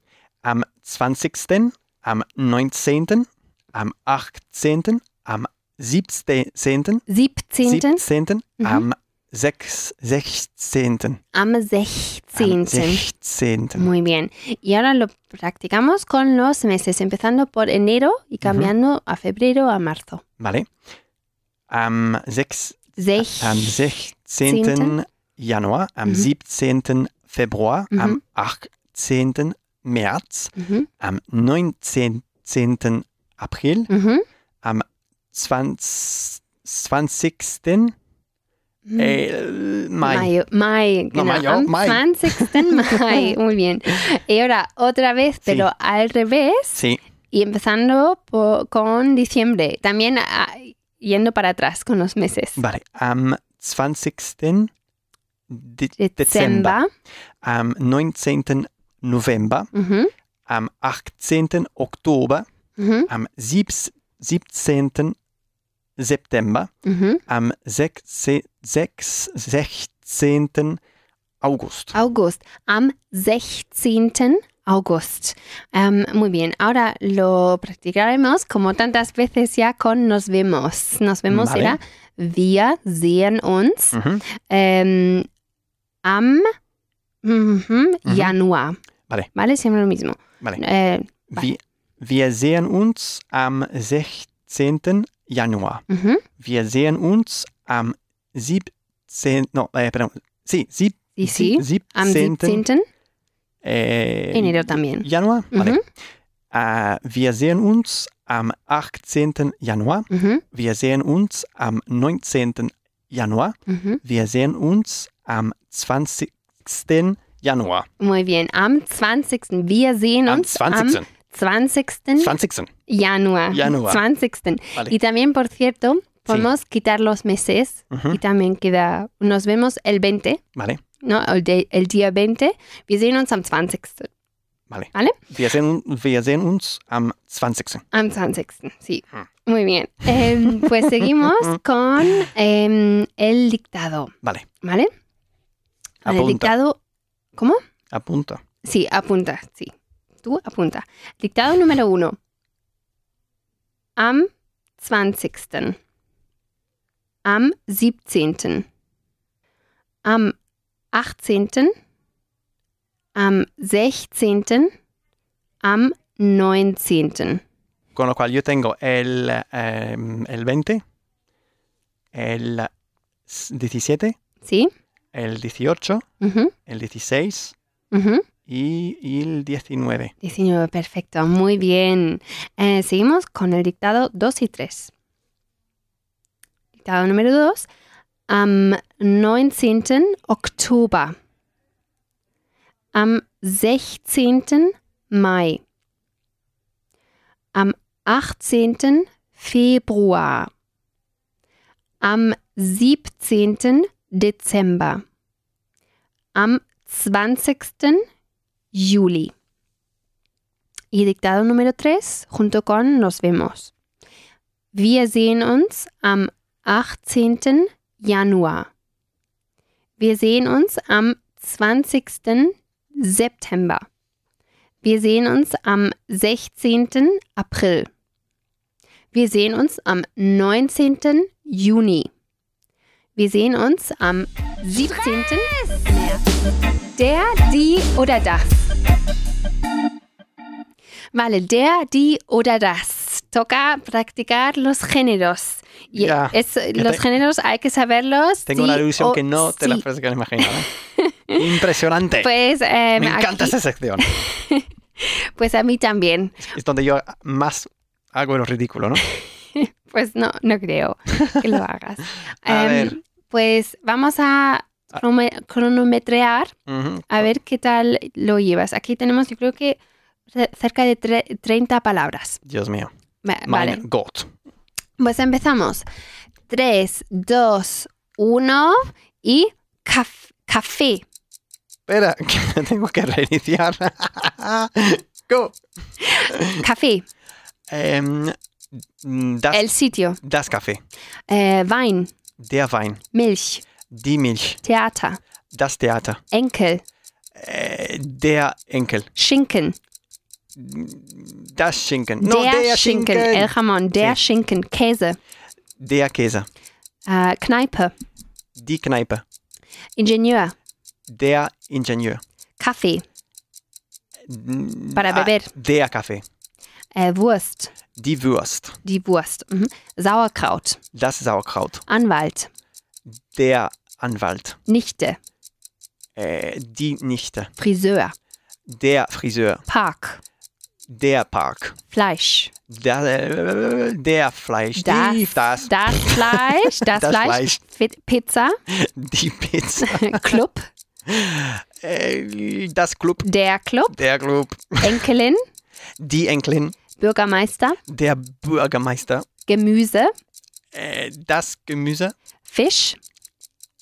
Speaker 2: Am 20., am 19., am 18., am 17.,
Speaker 1: 17.
Speaker 2: 17.,
Speaker 1: Mhm.
Speaker 2: am 6, 16.,
Speaker 1: Am
Speaker 2: am
Speaker 1: 16.
Speaker 2: 16.
Speaker 1: Muy bien. Y ahora lo practicamos con los meses, empezando por enero y cambiando a febrero a marzo.
Speaker 2: Vale. Am 6,
Speaker 1: Sech-
Speaker 2: am 16. Januar, am
Speaker 1: Mhm.
Speaker 2: 17. Februar, am 18. März,
Speaker 1: Ujú,
Speaker 2: am 19. April,
Speaker 1: ujú.
Speaker 2: 20. 20. El Eh, Mai.
Speaker 1: Mayo. Mhm. Mai,
Speaker 2: No,
Speaker 1: genau.
Speaker 2: mayo,
Speaker 1: Am
Speaker 2: Mai.
Speaker 1: 20. Mai. Muy bien. Y ahora otra vez, pero al revés.
Speaker 2: Sí,
Speaker 1: Y empezando po- con diciembre, también ah, yendo para atrás con los meses.
Speaker 2: vale. Am 20. De Dezember.
Speaker 1: Dezember.
Speaker 2: Am 19. November.
Speaker 1: Ujú,
Speaker 2: Am 18. Oktober.
Speaker 1: ujú,
Speaker 2: Am 7, 17. September.
Speaker 1: ujú.
Speaker 2: Am 6, 6, 16. August.
Speaker 1: August, am 16. August. Em, muy bien, ahora lo practicaremos como tantas veces ya con nos vemos. Nos vemos
Speaker 2: Vale.
Speaker 1: era wir sehen uns
Speaker 2: Mhm.
Speaker 1: em, am ujú,
Speaker 2: Ujú.
Speaker 1: Januar.
Speaker 2: Vale.
Speaker 1: Vale, siempre lo mismo.
Speaker 2: Vale.
Speaker 1: Eh,
Speaker 2: Wir, wir sehen uns am 16. Januar.
Speaker 1: ujú.
Speaker 2: Wir sehen uns am 17. No, eh, perdón. Sí, sí,
Speaker 1: Y
Speaker 2: sí,
Speaker 1: sí, am 17.
Speaker 2: eh,
Speaker 1: enero también.
Speaker 2: Januar.
Speaker 1: Ujú,
Speaker 2: Vale. Ah, wir sehen uns am 18. Januar.
Speaker 1: ujú,
Speaker 2: Wir sehen uns am 19. Januar.
Speaker 1: ujú.
Speaker 2: Wir sehen uns am 20. Januar.
Speaker 1: Muy bien, am 20. Wir sehen
Speaker 2: Am
Speaker 1: uns am
Speaker 2: 20.
Speaker 1: 20.
Speaker 2: 20.
Speaker 1: Januar.
Speaker 2: Januar.
Speaker 1: 20.
Speaker 2: Vale.
Speaker 1: Y también, por cierto, podemos quitar los meses
Speaker 2: Ujú,
Speaker 1: y también queda, nos vemos el 20,
Speaker 2: Vale,
Speaker 1: ¿no? El, de- el día 20. Wir sehen uns am 20.
Speaker 2: vale.
Speaker 1: Vale.
Speaker 2: Wir sehen, wir sehen uns am 20.
Speaker 1: Am 20. Sí.
Speaker 2: Ujú.
Speaker 1: Muy bien. Em, pues seguimos con em, el dictado,
Speaker 2: Vale,
Speaker 1: ¿vale? El
Speaker 2: apunta,
Speaker 1: dictado, ¿cómo?
Speaker 2: apunta.
Speaker 1: Sí, apunta, sí. Tú apunta. Dictado número uno. Am 20. Am 17. Am 18. Am 16. Am 19.
Speaker 2: Con lo cual yo tengo el, ehm, el 20, el s- 17,
Speaker 1: ¿Sí? Mhm,
Speaker 2: el 18,
Speaker 1: Ujú,
Speaker 2: el 16
Speaker 1: ujú.
Speaker 2: y, y el 19.
Speaker 1: 19, perfecto, muy bien. Eh, seguimos con el dictado 2 y 3. Dictado número 2. Am 19. Oktober. Am 16. Mai. Am 18. Februar. Am 17. Dezember. Am 20. Juli. Y dictado número 3, junto con nos vemos. Wir sehen uns am 18. Januar. Wir sehen uns am 20. September. Wir sehen uns am 16. April. Wir sehen uns am 19. Juni. Wir sehen uns am 17. März. Der, die oder das. Vale, der, die oder das. Toca practicar los géneros. Y
Speaker 2: Ya,
Speaker 1: es-
Speaker 2: ya
Speaker 1: los
Speaker 2: te-
Speaker 1: géneros hay que saberlos.
Speaker 2: Tengo
Speaker 1: sí
Speaker 2: una ilusión
Speaker 1: o
Speaker 2: que no te la
Speaker 1: sí.
Speaker 2: puedes imaginar. ¿eh? Impresionante.
Speaker 1: Pues, eh,
Speaker 2: Me encanta
Speaker 1: aquí-
Speaker 2: esa sección.
Speaker 1: pues a mí también.
Speaker 2: Es donde yo más hago lo ridículo, ¿no?
Speaker 1: Pues no, no creo que lo hagas.
Speaker 2: A
Speaker 1: Em,
Speaker 2: ver. Ah.
Speaker 1: Pues vamos a crome- cronometrear
Speaker 2: Ujú.
Speaker 1: a ver qué tal lo llevas. Aquí tenemos, yo creo que ce- cerca de tre- 30 palabras.
Speaker 2: Dios mío.
Speaker 1: Va-
Speaker 2: Mein
Speaker 1: Vale,
Speaker 2: Gott.
Speaker 1: pues empezamos. 3, 2, 1 y caf- café.
Speaker 2: Espera, que tengo que reiniciar. Go.
Speaker 1: Café,
Speaker 2: Em, das,
Speaker 1: el sitio.
Speaker 2: das Kaffee.
Speaker 1: Eh, Wein,
Speaker 2: Der Wein.
Speaker 1: Milch,
Speaker 2: Die Milch.
Speaker 1: Theater,
Speaker 2: Das Theater.
Speaker 1: Enkel,
Speaker 2: Äh, der Enkel.
Speaker 1: Schinken,
Speaker 2: Das Schinken. No,
Speaker 1: der, Schinken, el jamón, der Schinken, Käse,
Speaker 2: Der Käse.
Speaker 1: eh, Kneipe,
Speaker 2: Die Kneipe.
Speaker 1: Ingenieur,
Speaker 2: Der Ingenieur.
Speaker 1: Kaffee, Para
Speaker 2: Ah,
Speaker 1: beber.
Speaker 2: Der Kaffee.
Speaker 1: äh, Wurst,
Speaker 2: Die Wurst.
Speaker 1: die Wurst, mhm. Sauerkraut,
Speaker 2: Das Sauerkraut.
Speaker 1: Anwalt,
Speaker 2: Der Anwalt.
Speaker 1: Nichte,
Speaker 2: Äh, die Nichte.
Speaker 1: Friseur,
Speaker 2: Der Friseur.
Speaker 1: Park,
Speaker 2: Der Park.
Speaker 1: Fleisch,
Speaker 2: Der, der Fleisch. die, das,
Speaker 1: das Fleisch, das,
Speaker 2: Das
Speaker 1: Fleisch, Fi- Pizza,
Speaker 2: die Pizza.
Speaker 1: Club,
Speaker 2: Äh, das Club.
Speaker 1: der Club,
Speaker 2: Der Club.
Speaker 1: Enkelin,
Speaker 2: Die Enkelin.
Speaker 1: Bürgermeister,
Speaker 2: Der Bürgermeister.
Speaker 1: Gemüse,
Speaker 2: Äh, das Gemüse.
Speaker 1: Fisch,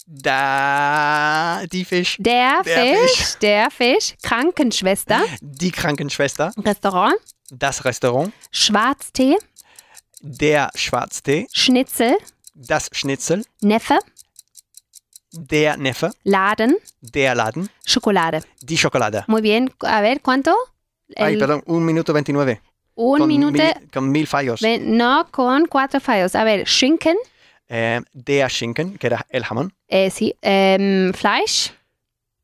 Speaker 2: Da, die Fisch,
Speaker 1: der,
Speaker 2: Der
Speaker 1: Fisch, der Fisch, Krankenschwester,
Speaker 2: die Krankenschwester,
Speaker 1: Restaurant,
Speaker 2: das Restaurant,
Speaker 1: Schwarztee,
Speaker 2: der Schwarztee,
Speaker 1: Schnitzel,
Speaker 2: das Schnitzel,
Speaker 1: Neffe,
Speaker 2: der Neffe,
Speaker 1: Laden,
Speaker 2: der Laden,
Speaker 1: Schokolade.
Speaker 2: die Schokolade.
Speaker 1: Muy bien, a ver, ¿cuánto?
Speaker 2: Ay,
Speaker 1: El-
Speaker 2: perdón, un minuto 29.
Speaker 1: Un
Speaker 2: con
Speaker 1: minuto.
Speaker 2: Mil, con mil fallos.
Speaker 1: ve- No, con cuatro fallos. A ver, Schinken,
Speaker 2: Ähm, der Schinken, que era el jamón,
Speaker 1: eh, sí, em, Fleisch.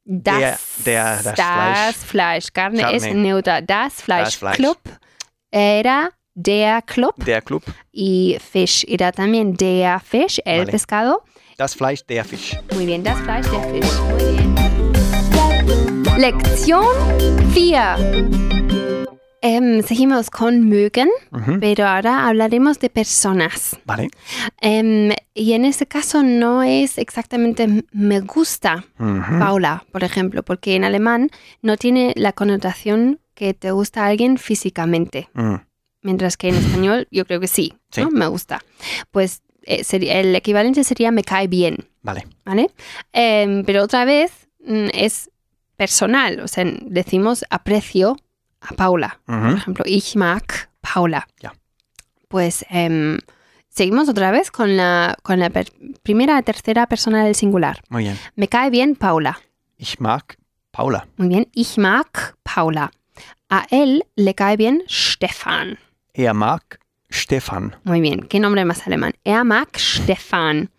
Speaker 2: Der-
Speaker 1: Das,
Speaker 2: der- das
Speaker 1: das Fleisch. Carne,
Speaker 2: Carne.
Speaker 1: es neutra. Das Fleisch.
Speaker 2: Das Fleisch.
Speaker 1: Club era der Club
Speaker 2: der Club,
Speaker 1: y Fish era también der Fish, el
Speaker 2: Vale.
Speaker 1: pescado.
Speaker 2: das Fleisch, der Fisch.
Speaker 1: Muy bien, das Fleisch, der Fisch. Muy bien. Lección 4. seguimos con mögen,
Speaker 2: Mhm.
Speaker 1: pero ahora hablaremos de personas.
Speaker 2: Vale.
Speaker 1: Em, y en ese caso no es exactamente me gusta
Speaker 2: Mhm.
Speaker 1: Paula, por ejemplo, porque en alemán no tiene la connotación que te gusta a alguien físicamente,
Speaker 2: Mhm.
Speaker 1: mientras que en español yo creo que sí,
Speaker 2: Sí.
Speaker 1: ¿no? me gusta. Pues eh, sería- el equivalente sería me cae bien,
Speaker 2: Vale.
Speaker 1: ¿vale? Em, pero otra vez mm, es personal, o sea, decimos aprecio a Paula, por
Speaker 2: Mhm.
Speaker 1: ejemplo, ich mag Paula.
Speaker 2: Ya.
Speaker 1: Pues em, seguimos otra vez con la, con la per- primera tercera persona del singular.
Speaker 2: Muy bien.
Speaker 1: Me cae bien Paula.
Speaker 2: Ich mag Paula.
Speaker 1: Muy bien, ich mag Paula. A él le cae bien Stefan.
Speaker 2: Er mag Stefan.
Speaker 1: Muy bien, qué nombre más alemán. Er mag Stefan.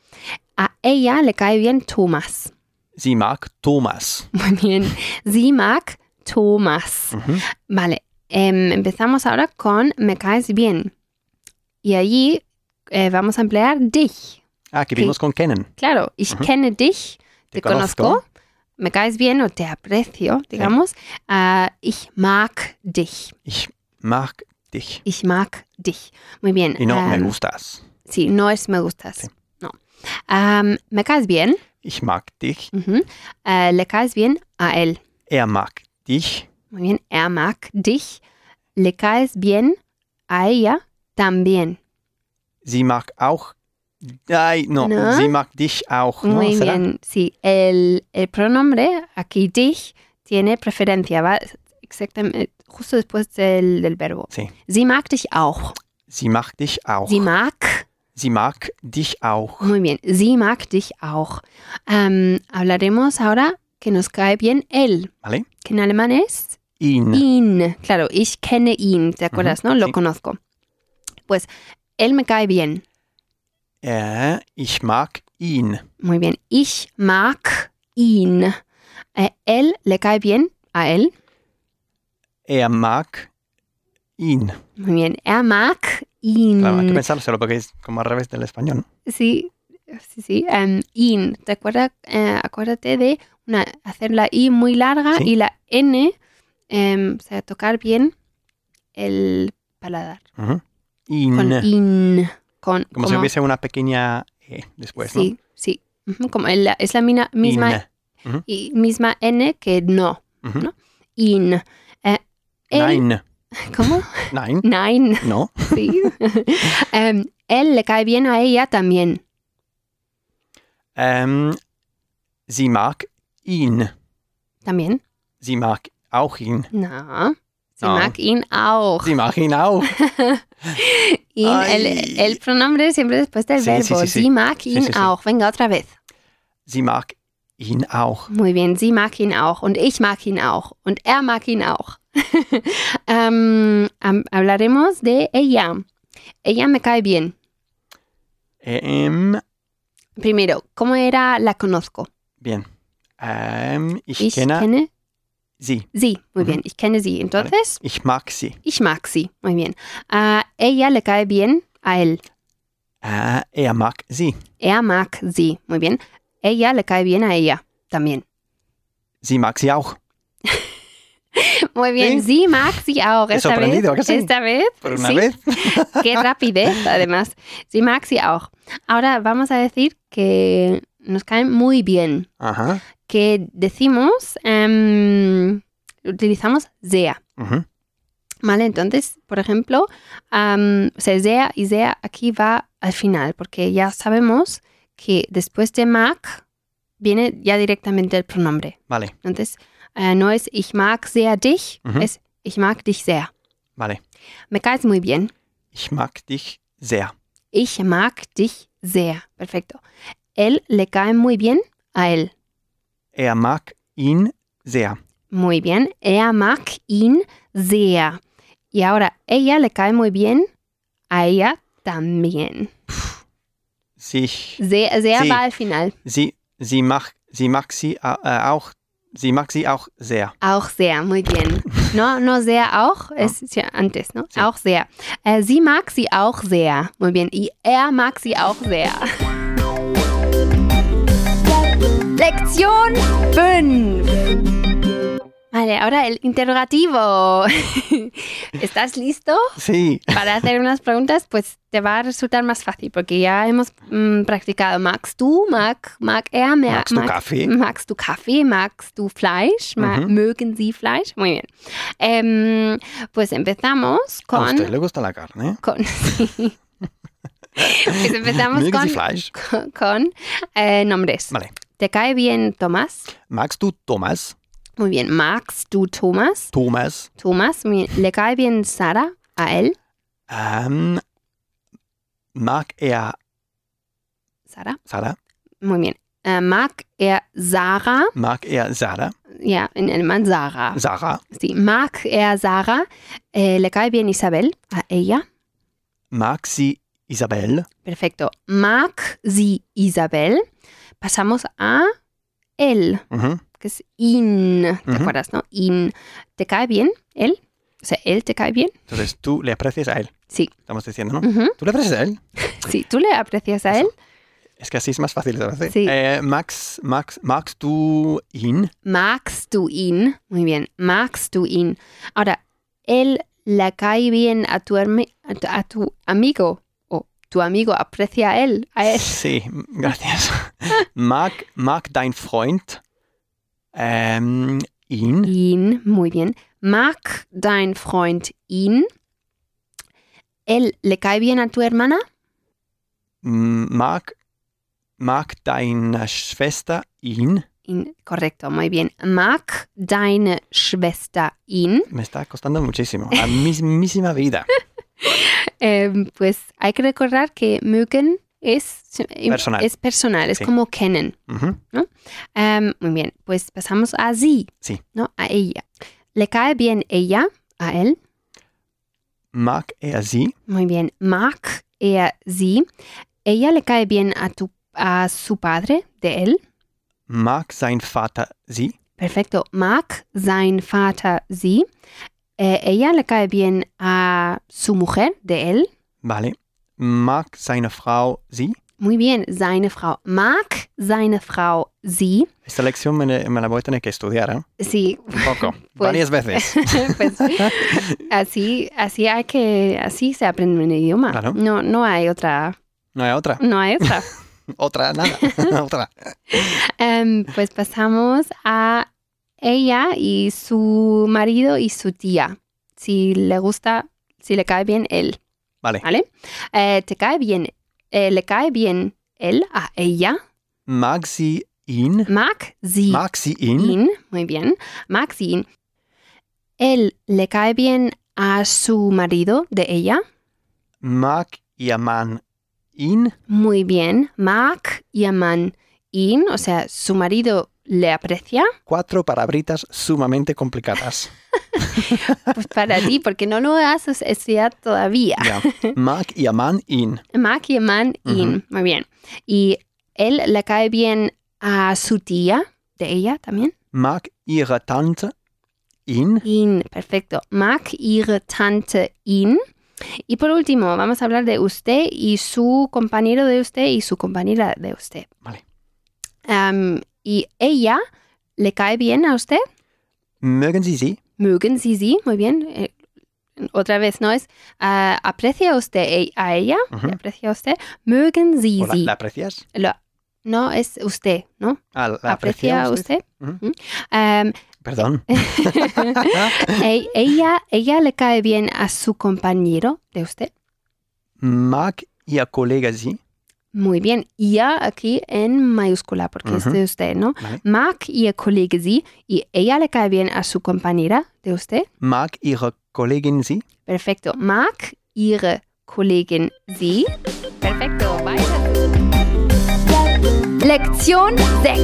Speaker 1: A ella le cae bien Thomas.
Speaker 2: Sie mag Thomas.
Speaker 1: Muy bien. Sie mag Thomas.
Speaker 2: Mhm.
Speaker 1: Vale, em, empezamos ahora con me caes bien. Y allí eh, vamos a emplear dich.
Speaker 2: Ah, que vimos con kennen.
Speaker 1: Claro, ich kenne dich, te,
Speaker 2: Te
Speaker 1: conozco,
Speaker 2: conozco.
Speaker 1: me caes bien o te aprecio, digamos. Ah, ich mag dich,
Speaker 2: Ich mag dich.
Speaker 1: ich mag dich. Muy bien.
Speaker 2: Y no me
Speaker 1: ähm,
Speaker 2: gustas.
Speaker 1: Sí, no es me gustas.
Speaker 2: Sí.
Speaker 1: No. Ähm, me caes bien,
Speaker 2: Ich mag dich.
Speaker 1: ujú. Äh, le caes bien a él.
Speaker 2: Er mag dich.
Speaker 1: Muy bien, er mag dich, le caes bien a ella también.
Speaker 2: Sie mag auch. Ay, no.
Speaker 1: No.
Speaker 2: Sie mag dich auch. No,
Speaker 1: Muy
Speaker 2: será?
Speaker 1: bien, sí. El, el pronombre, aquí dich, tiene preferencia, va exactamente eh, justo después del, del verbo.
Speaker 2: Sí.
Speaker 1: Sie mag dich auch.
Speaker 2: Sie mag dich auch.
Speaker 1: Sie mag.
Speaker 2: Sie mag dich auch.
Speaker 1: Muy bien. Sie mag dich auch. Am, hablaremos ahora que nos cae bien él.
Speaker 2: ¿Vale?
Speaker 1: Que en alemán es
Speaker 2: Ihn.
Speaker 1: ihn. Claro, ich kenne ihn. ¿Te acuerdas, no? Lo
Speaker 2: sí.
Speaker 1: conozco. Pues él me cae bien.
Speaker 2: Er, ich mag ihn.
Speaker 1: Muy bien. Ich mag ihn. Eh, él le cae bien a él.
Speaker 2: Er mag ihn.
Speaker 1: Muy bien. Er mag ihn.
Speaker 2: Claro, hay que pensárselo porque es como al revés del español.
Speaker 1: Sí, sí, sí. em, in. ¿Te acuerdas? eh, acuérdate de una, hacer la I muy larga
Speaker 2: Sí.
Speaker 1: y la N, em, o sea, tocar bien el paladar.
Speaker 2: Ujú. Ihn.
Speaker 1: Con in. Con,
Speaker 2: Como, si hubiese una pequeña E después,
Speaker 1: sí, sí. Ujú, Como el- es la mina-
Speaker 2: ¿no?
Speaker 1: misma,
Speaker 2: Ihn.
Speaker 1: y, misma N que no.
Speaker 2: Ujú.
Speaker 1: ¿no? In. Eh, él-
Speaker 2: Nein.
Speaker 1: ¿Cómo?
Speaker 2: Nein.
Speaker 1: Nine.
Speaker 2: No.
Speaker 1: Sí. Em, él le cae bien a ella también.
Speaker 2: Ähm, sie mag ihn.
Speaker 1: También.
Speaker 2: Sie mag auch ihn.
Speaker 1: No. Sie
Speaker 2: No.
Speaker 1: mag ihn auch.
Speaker 2: Sie mag ihn auch.
Speaker 1: Ihn, el,
Speaker 2: Ay.
Speaker 1: el pronombre siempre después del
Speaker 2: Sí, sí,
Speaker 1: verbo.
Speaker 2: sí, sí.
Speaker 1: Sie mag ihn
Speaker 2: sí, sí.
Speaker 1: auch. Venga, otra vez.
Speaker 2: Sie mag ihn auch.
Speaker 1: Muy bien, sie mag ihn auch. Und ich mag ihn auch. Und er mag ihn auch. Am- Em, am- hablaremos de ella. Ella me cae bien.
Speaker 2: Ähm,
Speaker 1: Primero, ¿cómo era la conozco?
Speaker 2: bien. Ähm, ich,
Speaker 1: Ich
Speaker 2: kenne
Speaker 1: kenne
Speaker 2: sie.
Speaker 1: sie. Muy
Speaker 2: Ujú.
Speaker 1: bien, ich kenne sie. Entonces,
Speaker 2: Ich mag sie.
Speaker 1: ich mag sie. Muy bien. A ella le cae bien a él.
Speaker 2: Äh, er mag sie.
Speaker 1: Er mag sie. Muy bien. Ella le cae bien a ella. También.
Speaker 2: Sie mag sie auch.
Speaker 1: Muy bien,
Speaker 2: Sí.
Speaker 1: sí, Max, sí, ahora.
Speaker 2: He
Speaker 1: Esta vez,
Speaker 2: sorprendido, ¿a que sí?
Speaker 1: esta vez,
Speaker 2: Por una
Speaker 1: sí,
Speaker 2: vez.
Speaker 1: qué rapidez, además. Sí, Max, sí, auch. Ahora vamos a decir que nos caen muy bien,
Speaker 2: Ajá.
Speaker 1: que decimos, em, utilizamos sea,
Speaker 2: Mhm.
Speaker 1: ¿vale? Entonces, por ejemplo, am, o sea, sea y sea aquí va al final, porque ya sabemos que después de Mac viene ya directamente el pronombre.
Speaker 2: Vale,
Speaker 1: Entonces, eh, no es ich mag sehr dich,
Speaker 2: Ujú.
Speaker 1: es ich mag dich sehr.
Speaker 2: vale.
Speaker 1: Me caes muy bien.
Speaker 2: Ich mag dich sehr.
Speaker 1: Ich mag dich sehr. Perfecto. Él le cae muy bien a él.
Speaker 2: Er mag ihn sehr.
Speaker 1: Muy bien. Er mag ihn sehr. Y ahora, ella le cae muy bien a ella también.
Speaker 2: Sich,
Speaker 1: Sehr, sehr
Speaker 2: Sí.
Speaker 1: va al final.
Speaker 2: sie, sie, mag, sie mag sie au- äh, auch. Sie mag sie auch sehr.
Speaker 1: Auch sehr, muy bien. No, no sehr auch, es ist ja antes, ¿no?
Speaker 2: Sí.
Speaker 1: Auch sehr. Äh, sie mag sie auch sehr. Muy bien. Y er mag sie auch sehr. Lección 5. Vale, ahora el interrogativo. ¿Estás listo
Speaker 2: Sie.
Speaker 1: para hacer unas preguntas? Pues te va a resultar más fácil porque ya hemos mm, practicado. ¿Magst du? ¿Mag, mag er? Mer-
Speaker 2: Magst du
Speaker 1: mag-
Speaker 2: Kaffee?
Speaker 1: Magst du Kaffee? Magst du Fleisch? Ma-
Speaker 2: Ujú.
Speaker 1: ¿Mögen Sie Fleisch? Muy bien. Em, pues empezamos
Speaker 2: A usted
Speaker 1: con...
Speaker 2: le gusta la carne.
Speaker 1: con sí. pues empezamos
Speaker 2: Mögen Sie
Speaker 1: con,
Speaker 2: Fleisch?
Speaker 1: con, con, eh, nombres.
Speaker 2: Vale.
Speaker 1: ¿Te cae bien Tomás?
Speaker 2: Magst du Thomas?
Speaker 1: Muy bien. ¿Magst du Thomas?
Speaker 2: Thomas.
Speaker 1: Thomas. Muy bien. ¿Le cae bien Sara a él?
Speaker 2: Ähm, mag er
Speaker 1: Sara.
Speaker 2: Sarah?
Speaker 1: Muy bien. Eh, ¿Mag er Sara?
Speaker 2: Mag er Sarah?
Speaker 1: Ja, en alemán Sara.
Speaker 2: Sarah?
Speaker 1: Sí. ¿Mag er Sara? Eh, ¿Le cae bien Isabel a ella?
Speaker 2: Mag sie Isabel?
Speaker 1: Perfecto. Mag sie Isabel. Pasamos a él,
Speaker 2: Mhm.
Speaker 1: que es in. ¿Te
Speaker 2: Ujú.
Speaker 1: acuerdas, no? In. ¿Te cae bien él? O sea, él te cae bien.
Speaker 2: Entonces tú le aprecias a él.
Speaker 1: Sí.
Speaker 2: Estamos diciendo, ¿no?
Speaker 1: Ujú.
Speaker 2: ¿Tú le aprecias a él?
Speaker 1: Sí, tú le aprecias a él.
Speaker 2: Es que así es más fácil de hacer.
Speaker 1: Sí.
Speaker 2: Eh, Max, Max, magst du ihn?
Speaker 1: Magst du ihn? Muy bien. Magst du ihn? Ahora, él le cae bien a tu, herme- a tu- a tu amigo. O tu amigo aprecia a él. A él.
Speaker 2: Sí, gracias. Mag, mag dein Freund ähm, ihn?
Speaker 1: Ihn, muy bien. Mag dein Freund ihn? Él le cae bien a tu hermana?
Speaker 2: M- Mag, mag deine Schwester ihn?
Speaker 1: incorrecto, muy bien. Mag deine Schwester ihn?
Speaker 2: Me está costando muchísimo. La mismísima vida.
Speaker 1: Em, pues hay que recordar que mögen es
Speaker 2: Personal.
Speaker 1: es, personal, es
Speaker 2: Sí.
Speaker 1: como kennen.
Speaker 2: Ujú.
Speaker 1: Em, muy bien, pues pasamos a sie,
Speaker 2: Sí.
Speaker 1: ¿no? A ella. ¿Le cae bien ella? A él.
Speaker 2: Mag er sie?
Speaker 1: Muy bien. Mag er sie? ¿Ella le cae bien a, tu, a su padre de él?
Speaker 2: Mag sein Vater sie?
Speaker 1: Perfecto. Mag sein Vater sie? Eh, ¿Ella le cae bien a su mujer de él?
Speaker 2: Vale. Mag seine Frau sie?
Speaker 1: Muy bien. Seine Frau. Mag seine Frau sie?
Speaker 2: Esta lección me, me la voy a tener que estudiar, ¿eh?
Speaker 1: Sí,
Speaker 2: Un poco. Varias veces.
Speaker 1: pues así, así hay que, así se aprende un idioma.
Speaker 2: Claro.
Speaker 1: No, no hay otra,
Speaker 2: No hay otra.
Speaker 1: no hay otra.
Speaker 2: Otra, nada. otra.
Speaker 1: Em, pues pasamos a ella y su marido y su tía. Si le gusta, si le cae bien él,
Speaker 2: Vale.
Speaker 1: ¿vale? Eh, ¿Te cae bien? eh, ¿Le cae bien él a ella?
Speaker 2: Mag sie ihn?
Speaker 1: Mag sie
Speaker 2: Mag sie ihn?
Speaker 1: ihn? Muy bien. Mag sie ihn. ¿Él le cae bien a su marido de ella?
Speaker 2: Mag ihr Mann ihn?
Speaker 1: Muy bien. Mag ihr Mann ihn, o sea, su marido le aprecia.
Speaker 2: Cuatro palabritas sumamente complicadas.
Speaker 1: Pues para ti, porque no lo has estudiado todavía.
Speaker 2: Ja. Mag ihr Mann ihn?
Speaker 1: Mag ihr Mann ihn. Muy bien. ¿Y él le cae bien a su tía? ¿De ella también?
Speaker 2: Mag ihre Tante ihn?
Speaker 1: Ihn. Perfecto. Mag ihre Tante ihn. Y por último, vamos a hablar de usted y su compañero de usted y su compañera de usted.
Speaker 2: Vale.
Speaker 1: Am, ¿Y ella le cae bien a usted?
Speaker 2: Mögen Sie sie?
Speaker 1: Mögen Sie sie? Muy bien. Eh, otra vez, ¿no? Es ah, ¿Aprecia usted e- a ella?
Speaker 2: Ujú.
Speaker 1: ¿Aprecia usted? Mögen Sie
Speaker 2: Hola,
Speaker 1: sie?
Speaker 2: ¿La aprecias?
Speaker 1: Lo- no, es usted, ¿no?
Speaker 2: Ah, ¿la
Speaker 1: ¿Aprecia
Speaker 2: aprecia usted?
Speaker 1: usted?
Speaker 2: Ujú.
Speaker 1: Mm. Em,
Speaker 2: Perdón.
Speaker 1: e- ella, ¿Ella le cae bien a su compañero de usted?
Speaker 2: Mag ihr Kollege sie?
Speaker 1: Muy bien. Ya aquí en mayúscula, porque es
Speaker 2: Ujú.
Speaker 1: de usted, ¿no?
Speaker 2: Vale.
Speaker 1: Mag ihr Kollege sie? ¿Y ella le cae bien a su compañera de usted?
Speaker 2: Mag ihre Kollegin sie?
Speaker 1: Perfecto. Mag ihre Kollegin sie? Perfecto. Weiter.
Speaker 3: Lección 6.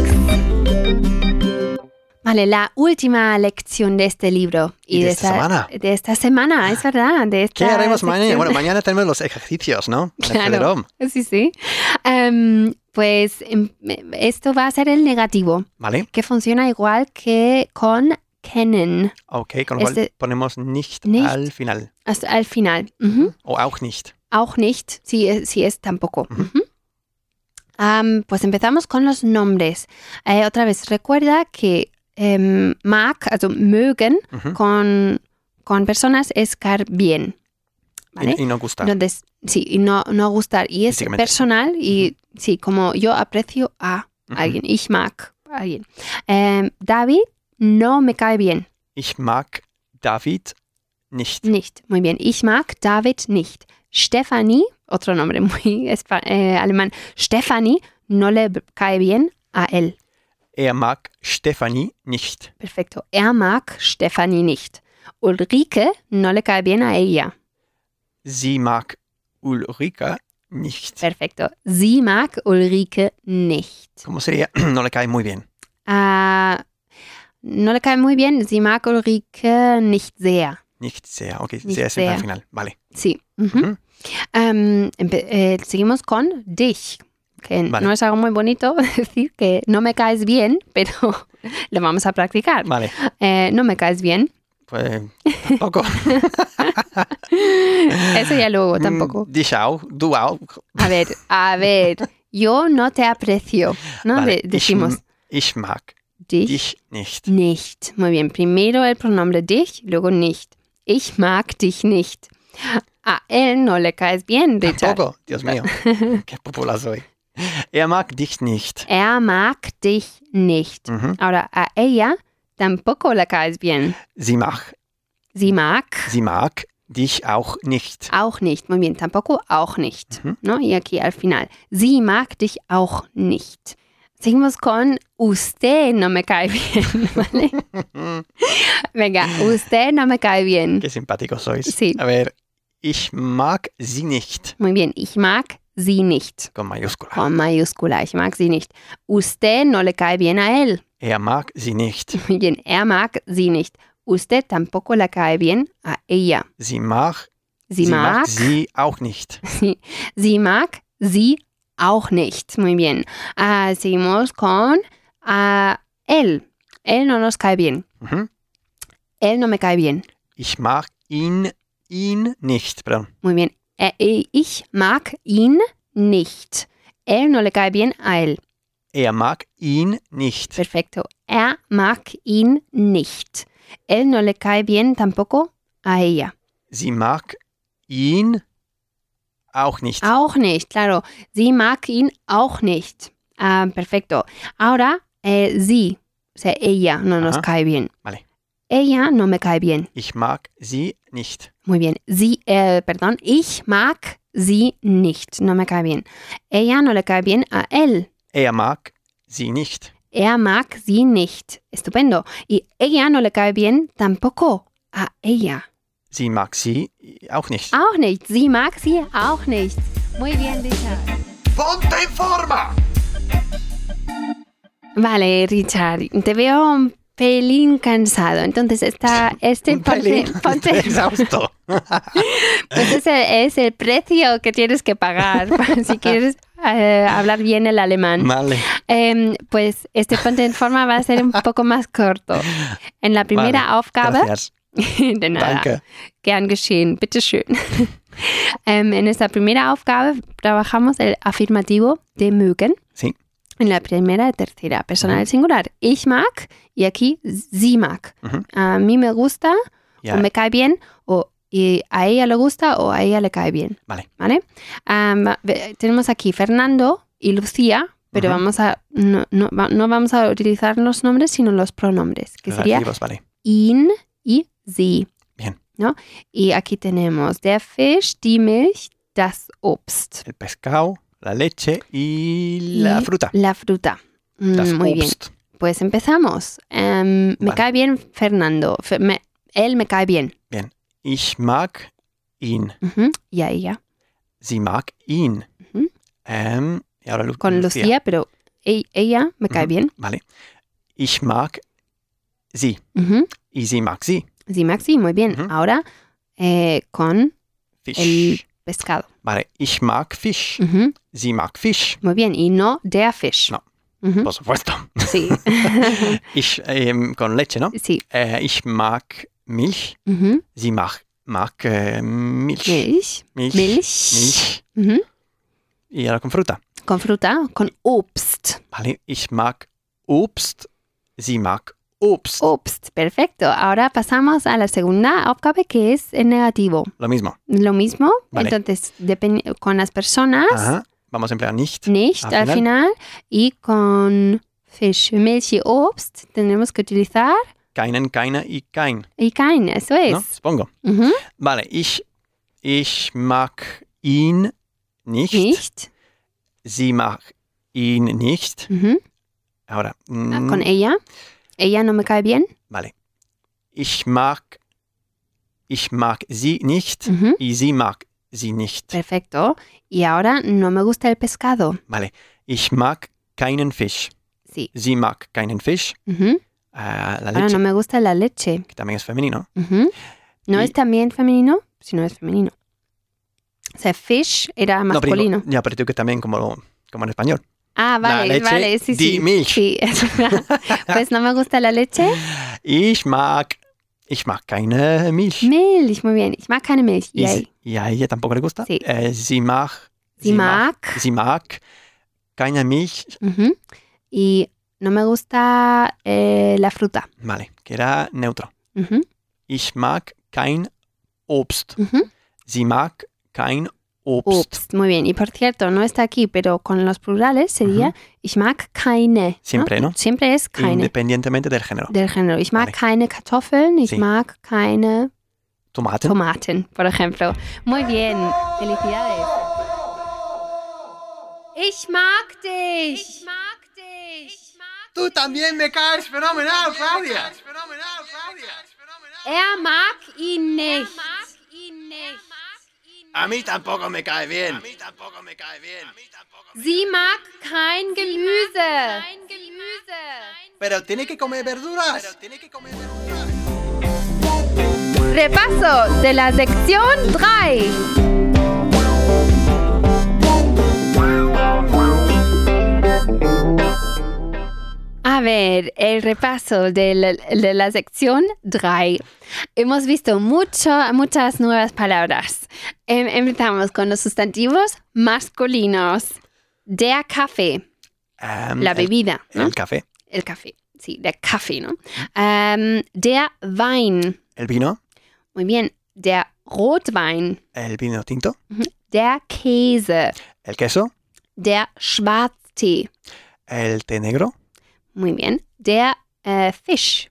Speaker 1: Vale, la última lección de este libro.
Speaker 2: Y de esta semana.
Speaker 1: De esta semana, es verdad. De
Speaker 2: ¿Qué
Speaker 1: esta
Speaker 2: haremos mañana?
Speaker 1: sección.
Speaker 2: Bueno, mañana tenemos los ejercicios, ¿no? En el
Speaker 1: Claro.
Speaker 2: Federom.
Speaker 1: Sí, sí. Em, pues em, esto va a ser el negativo,
Speaker 2: ¿Vale?
Speaker 1: que funciona igual que con kennen,
Speaker 2: Ok, con lo cual
Speaker 1: Este-
Speaker 2: ponemos nicht,
Speaker 1: Nicht.
Speaker 2: al final.
Speaker 1: hasta al final. Ujú.
Speaker 2: O auch nicht.
Speaker 1: Auch nicht, si es, si es tampoco.
Speaker 2: Ujú.
Speaker 1: Ujú. Am, pues empezamos con los nombres. Eh, otra vez, recuerda que em, mag, also mögen,
Speaker 2: Ujú.
Speaker 1: con, con personas es caer bien. ¿Vale?
Speaker 2: y, y no gusta.
Speaker 1: Entonces, sí, y no, no gustar. Y es
Speaker 2: Físicamente.
Speaker 1: personal y sí, como yo aprecio a
Speaker 2: Ujú.
Speaker 1: alguien, ich mag a alguien. Em, David no me cae bien,
Speaker 2: Ich mag David nicht.
Speaker 1: nicht. Muy bien, ich mag David nicht. Stephanie, otro nombre muy espa- eh, alemán, Stephanie no le b- cae bien a él.
Speaker 2: Er mag Stefanie nicht.
Speaker 1: Perfecto, er mag Stephanie nicht. Ulrike no le cae bien a ella.
Speaker 2: Sie mag Ulrika nicht.
Speaker 1: Perfecto, sie mag Ulrike nicht.
Speaker 2: ¿Cómo sería? No le cae muy bien.
Speaker 1: Ah, no le cae muy bien. Sie mag Ulrike nicht sehr.
Speaker 2: Nicht sehr. Ok,
Speaker 1: Nicht
Speaker 2: sehr siempre
Speaker 1: sehr.
Speaker 2: al final. Vale.
Speaker 1: Sí. ujú.
Speaker 2: Ujú.
Speaker 1: Am, empe- eh, seguimos con dich. Que
Speaker 2: Vale.
Speaker 1: no es algo muy bonito decir que no me caes bien, pero lo vamos a practicar.
Speaker 2: Vale.
Speaker 1: Eh, no me caes bien.
Speaker 2: Pues tampoco.
Speaker 1: Eso ya luego tampoco.
Speaker 2: Mm, Dich auch. Du auch.
Speaker 1: A ver, a ver. Yo no te aprecio. ¿no?
Speaker 2: Vale,
Speaker 1: De- decimos
Speaker 2: Ich, ich mag
Speaker 1: dich
Speaker 2: dich nicht.
Speaker 1: Nicht. Muy bien. Primero el pronombre dich, luego nicht. Ich mag dich nicht. A él no le caes bien, Richard.
Speaker 2: Tampoco. Dios mío. Qué popular soy. Er mag dich nicht.
Speaker 1: Er mag dich nicht.
Speaker 2: Mhm.
Speaker 1: Ahora, a ella tampoco le caes bien.
Speaker 2: Sie mag.
Speaker 1: Sie mag
Speaker 2: Sie mag dich auch nicht.
Speaker 1: auch nicht. Muy bien. Tampoco auch nicht.
Speaker 2: Mhm.
Speaker 1: No, y aquí al final. Sie mag dich auch nicht. Seguimos con usted no me cae bien, ¿vale?
Speaker 2: Mm.
Speaker 1: Venga, usted no me cae bien.
Speaker 2: Qué simpático sois.
Speaker 1: Sí.
Speaker 2: A ver, ich mag sie nicht.
Speaker 1: Muy bien, ich mag sie nicht.
Speaker 2: Con mayúscula.
Speaker 1: Con mayúscula, ich mag sie nicht. Usted no le cae bien a él.
Speaker 2: Er mag sie nicht.
Speaker 1: Muy bien, er mag sie nicht. Usted tampoco le cae bien a ella.
Speaker 2: Sie mag
Speaker 1: Sie, mag,
Speaker 2: sie auch nicht.
Speaker 1: sie mag sie auch nicht. Muy bien. Ah, seguimos con ah, él. Él no nos cae bien.
Speaker 2: Mhm.
Speaker 1: Él no me cae bien.
Speaker 2: Ich mag ihn, ihn nicht. Perdón.
Speaker 1: Muy bien. Eh, eh, ich mag ihn nicht. Él no le cae bien a él.
Speaker 2: Er mag ihn nicht.
Speaker 1: Perfecto. Er mag ihn nicht. Él no le cae bien tampoco a ella.
Speaker 2: Sie mag ihn auch nicht.
Speaker 1: Auch nicht, claro. Sie mag ihn auch nicht. Ah, perfecto. Ahora, eh, sie, o sea, ella no nos
Speaker 2: Ajá.
Speaker 1: cae bien.
Speaker 2: Vale.
Speaker 1: Ella no me cae bien.
Speaker 2: Ich mag sie nicht.
Speaker 1: Muy bien. Sie, eh, perdón, ich mag sie nicht. No me cae bien. Ella no le cae bien a él.
Speaker 2: Er mag sie nicht.
Speaker 1: Er mag sie nicht. Estupendo. Y ella no le cae bien tampoco a ella.
Speaker 2: Sie mag sie auch nicht.
Speaker 1: Auch nicht. Sie mag sie auch nicht. Muy bien, Richard.
Speaker 2: Ponte en forma.
Speaker 1: Vale, Richard, te veo un pelín cansado. Entonces, esta, este
Speaker 2: Un pelín.
Speaker 1: ponte- ponte-
Speaker 2: Exhausto.
Speaker 1: pues ese es el precio que tienes que pagar si quieres eh, hablar bien el alemán.
Speaker 2: Vale.
Speaker 1: Em, pues este ponte en forma va a ser un poco más corto. En la primera Aufgabe,
Speaker 2: Gracias.
Speaker 1: de nada.
Speaker 2: Danke.
Speaker 1: Gern geschehen, bitteschön. ähm, en esta primera Aufgabe trabajamos el afirmativo de mögen.
Speaker 2: Sí.
Speaker 1: En la primera y tercera persona
Speaker 2: Ujú.
Speaker 1: del singular. Ich mag y aquí sie mag.
Speaker 2: Ujú.
Speaker 1: A mí me gusta o
Speaker 2: Ja,
Speaker 1: me cae bien o y a ella le gusta o a ella le cae bien.
Speaker 2: Vale.
Speaker 1: ¿Vale? Am, ve- tenemos aquí Fernando y Lucía, pero
Speaker 2: Ujú.
Speaker 1: vamos a no, no, va- no vamos a utilizar los nombres sino los pronombres, que sería
Speaker 2: relativos, vale.
Speaker 1: ihn y sie.
Speaker 2: Bien.
Speaker 1: ¿No? Y aquí tenemos der Fisch, die Milch, das Obst,
Speaker 2: El pescado, la leche y la
Speaker 1: Y
Speaker 2: fruta.
Speaker 1: la fruta. Mm,
Speaker 2: Das
Speaker 1: Muy bien,
Speaker 2: Obst.
Speaker 1: pues empezamos. Em, me
Speaker 2: Vale.
Speaker 1: cae bien Fernando, Fe- me- él me cae bien.
Speaker 2: Ich mag ihn.
Speaker 1: Ujú, Y a ella,
Speaker 2: Sie mag ihn.
Speaker 1: Mhm.
Speaker 2: Ähm, y ahora Lu-
Speaker 1: con Lucía, pero e- ella me cae
Speaker 2: Ujú,
Speaker 1: bien.
Speaker 2: Vale. Ich mag sie.
Speaker 1: Ujú,
Speaker 2: Y sie mag sie.
Speaker 1: Sí, Maxi, muy bien.
Speaker 2: Ujú.
Speaker 1: Ahora eh, con
Speaker 2: Fisch.
Speaker 1: El- pescado.
Speaker 2: Vale. Ich mag Fisch.
Speaker 1: Ujú,
Speaker 2: Sie mag Fisch.
Speaker 1: Muy bien, y no der Fisch.
Speaker 2: No.
Speaker 1: Ujú,
Speaker 2: Por supuesto.
Speaker 1: Sí.
Speaker 2: Ich, ähm, con leche, ¿no?
Speaker 1: sí.
Speaker 2: Äh, ich mag Milch.
Speaker 1: Ujú,
Speaker 2: Sie mag, mag äh, Milch.
Speaker 1: Milch.
Speaker 2: Milch.
Speaker 1: Eh, Milch.
Speaker 2: Milch.
Speaker 1: Ujú.
Speaker 2: Y ahora con fruta.
Speaker 1: Con fruta, con obst.
Speaker 2: Vale. Ich mag Obst. Sie mag Obst.
Speaker 1: Obst, perfecto. Ahora pasamos a la segunda Aufgabe que es en negativo.
Speaker 2: Lo mismo.
Speaker 1: Lo mismo,
Speaker 2: Vale.
Speaker 1: entonces depen- con las personas,
Speaker 2: Ajá. Vamos a emplear nicht.
Speaker 1: nicht
Speaker 2: Al
Speaker 1: al final. y con fish, milch y obst tendremos que utilizar
Speaker 2: Keinen, keiner y kein.
Speaker 1: y kein, eso es.
Speaker 2: ¿no? Supongo.
Speaker 1: Ujú,
Speaker 2: Vale. Ich, ich mag ihn nicht.
Speaker 1: Nicht,
Speaker 2: Sie mag ihn nicht.
Speaker 1: ujú,
Speaker 2: Ahora.
Speaker 1: ah,
Speaker 2: mm,
Speaker 1: con ella. Ella no me cae bien.
Speaker 2: Vale. Ich mag, ich mag sie nicht.
Speaker 1: Ujú,
Speaker 2: Y sie mag sie
Speaker 1: Äh.
Speaker 2: nicht.
Speaker 1: Perfecto. Y ahora no me gusta el pescado.
Speaker 2: Vale. Ich mag keinen Fisch.
Speaker 1: Sí.
Speaker 2: Sie mag keinen Fisch.
Speaker 1: ujú.
Speaker 2: Äh,
Speaker 1: Ahora
Speaker 2: la leche,
Speaker 1: Ah, no me gusta la leche.
Speaker 2: que también es femenino.
Speaker 1: Ujú. No
Speaker 2: Y-
Speaker 1: es también femenino, sino es femenino. O sea, fish era masculino.
Speaker 2: No, pero, ya, pero tú que también como, como en español.
Speaker 1: ah, vale,
Speaker 2: la leche,
Speaker 1: vale, sí,
Speaker 2: die
Speaker 1: sí.
Speaker 2: Milch.
Speaker 1: Sí, es verdad. pues no me gusta la leche.
Speaker 2: Ich mag, ich mag keine Milch.
Speaker 1: Milch, muy bien. Ich mag keine Milch.
Speaker 2: Y,
Speaker 1: Yay.
Speaker 2: si- y a ella tampoco le gusta.
Speaker 1: Sí.
Speaker 2: Äh, sie mag,
Speaker 1: Sie mag.
Speaker 2: sie mag keine Milch.
Speaker 1: Ujú. Y no me gusta eh, la fruta.
Speaker 2: Vale, que era neutro.
Speaker 1: Ujú,
Speaker 2: Ich mag kein Obst.
Speaker 1: ujú.
Speaker 2: Sie mag kein Obst.
Speaker 1: Obst, muy bien. Y por cierto, no está aquí, pero con los plurales sería ich mag keine. ¿no?
Speaker 2: Siempre, ¿no?
Speaker 1: Siempre es keine.
Speaker 2: Independientemente del género.
Speaker 1: Del género. Ich mag
Speaker 2: Vale.
Speaker 1: keine Kartoffeln, ich
Speaker 2: Sí.
Speaker 1: mag keine
Speaker 2: Tomaten.
Speaker 1: Tomaten, por ejemplo. Muy bien, felicidades. Ich mag dich. Ich mag Richtig.
Speaker 2: Tú también me caes fenomenal, Claudia. Fenomenal, Claudia.
Speaker 1: Er mag ihn nicht.
Speaker 2: A mí tampoco me cae bien. A mí tampoco me cae bien.
Speaker 1: Sie mag kein Gemüse.
Speaker 2: Pero tiene que comer verduras. Pero tiene que comer verduras.
Speaker 1: Repaso de la sección 3. A ver, el repaso de la, de la sección 3. Hemos visto mucho, muchas nuevas palabras. Em- empezamos con los sustantivos masculinos. Der Kaffee,
Speaker 2: Am,
Speaker 1: la
Speaker 2: Em,
Speaker 1: ¿Mm?
Speaker 2: el-
Speaker 1: bebida,
Speaker 2: El,
Speaker 1: ¿no?
Speaker 2: café,
Speaker 1: El café, sí, der Kaffee, ¿no? Am, der Wein,
Speaker 2: el vino,
Speaker 1: muy bien. Der Rotwein,
Speaker 2: el vino tinto,
Speaker 1: der Käse,
Speaker 2: el queso,
Speaker 1: der Schwarztee,
Speaker 2: el té negro,
Speaker 1: muy bien. Der äh, Fisch,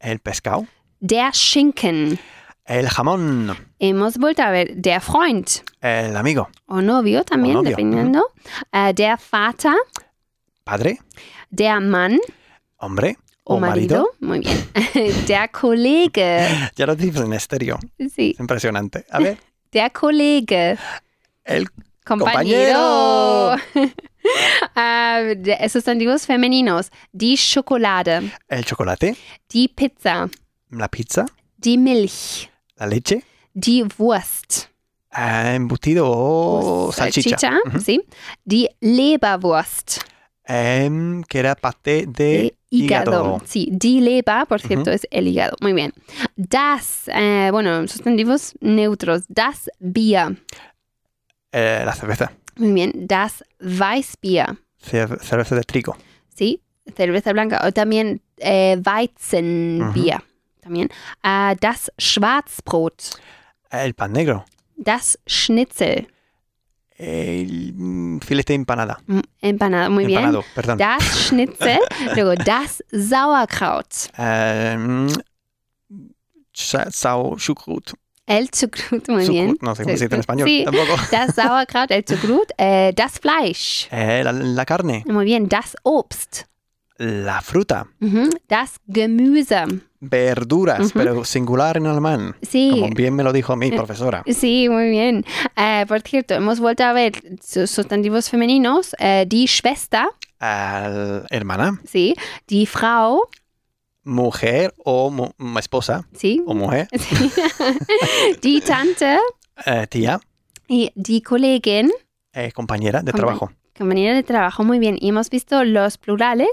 Speaker 2: el pescado,
Speaker 1: der Schinken.
Speaker 2: el jamón,
Speaker 1: Hemos vuelto a ver der Freund
Speaker 2: el amigo,
Speaker 1: o novio también,
Speaker 2: O novio,
Speaker 1: dependiendo. Eh, der Vater,
Speaker 2: padre,
Speaker 1: der Mann
Speaker 2: hombre
Speaker 1: o, marido. Muy bien. der Kollege.
Speaker 2: Ya lo dices en estéreo.
Speaker 1: Sí,
Speaker 2: Es impresionante. A ver,
Speaker 1: der Kollege.
Speaker 2: el
Speaker 1: Compañero. Eh, de- sustantivos femeninos. Die Schokolade,
Speaker 2: El chocolate,
Speaker 1: die Pizza,
Speaker 2: la pizza,
Speaker 1: die Milch,
Speaker 2: la leche,
Speaker 1: die Wurst.
Speaker 2: ah, embutido
Speaker 1: Pues,
Speaker 2: o Oh, salchicha. Mhm. Ujú.
Speaker 1: sí. Die Leberwurst.
Speaker 2: Em, que era parte
Speaker 1: Eh,
Speaker 2: de
Speaker 1: hígado.
Speaker 2: E hígado.
Speaker 1: Sí, die Leber, por cierto, es el hígado. Muy bien. Das, eh, bueno, sustantivos neutros. Das Bier.
Speaker 2: Eh, la cerveza,
Speaker 1: Muy bien. Das Weißbier.
Speaker 2: cer- cerveza de trigo,
Speaker 1: Sí, cerveza blanca. O también eh, Weizenbier. También. Ah, das Schwarzbrot.
Speaker 2: el pan negro,
Speaker 1: Das Schnitzel.
Speaker 2: el mm, filete empanada.
Speaker 1: Mm, Empanado. Muy bien.
Speaker 2: Empanado, perdón.
Speaker 1: Das Schnitzel. Luego, das Sauerkraut.
Speaker 2: Em, sa- sau- chucrut.
Speaker 1: El Zucrut. Muy bien.
Speaker 2: Chucrut, No sé cómo se dice en
Speaker 1: Sí.
Speaker 2: español.
Speaker 1: Sí.
Speaker 2: Tampoco.
Speaker 1: Das Sauerkraut, el Zucrut. Eh, das Fleisch.
Speaker 2: Eh, la, la carne,
Speaker 1: Muy bien, das Obst,
Speaker 2: la fruta,
Speaker 1: Ujú. das Gemüse.
Speaker 2: verduras,
Speaker 1: Ujú. eh,
Speaker 2: pero singular en alemán.
Speaker 1: Sí,
Speaker 2: Como bien me lo dijo mi profesora.
Speaker 1: sí, muy bien. Eh, por cierto, hemos vuelto a ver su- sustantivos femeninos, eh, die Schwester,
Speaker 2: Al- hermana,
Speaker 1: sí, die Frau,
Speaker 2: mujer o mu- mu- esposa
Speaker 1: sí,
Speaker 2: o mujer,
Speaker 1: sí. die Tante
Speaker 2: eh, tía,
Speaker 1: y die Kollegin,
Speaker 2: eh, compañera de
Speaker 1: Compa-
Speaker 2: trabajo.
Speaker 1: compañera de trabajo, muy bien. Y hemos visto los plurales,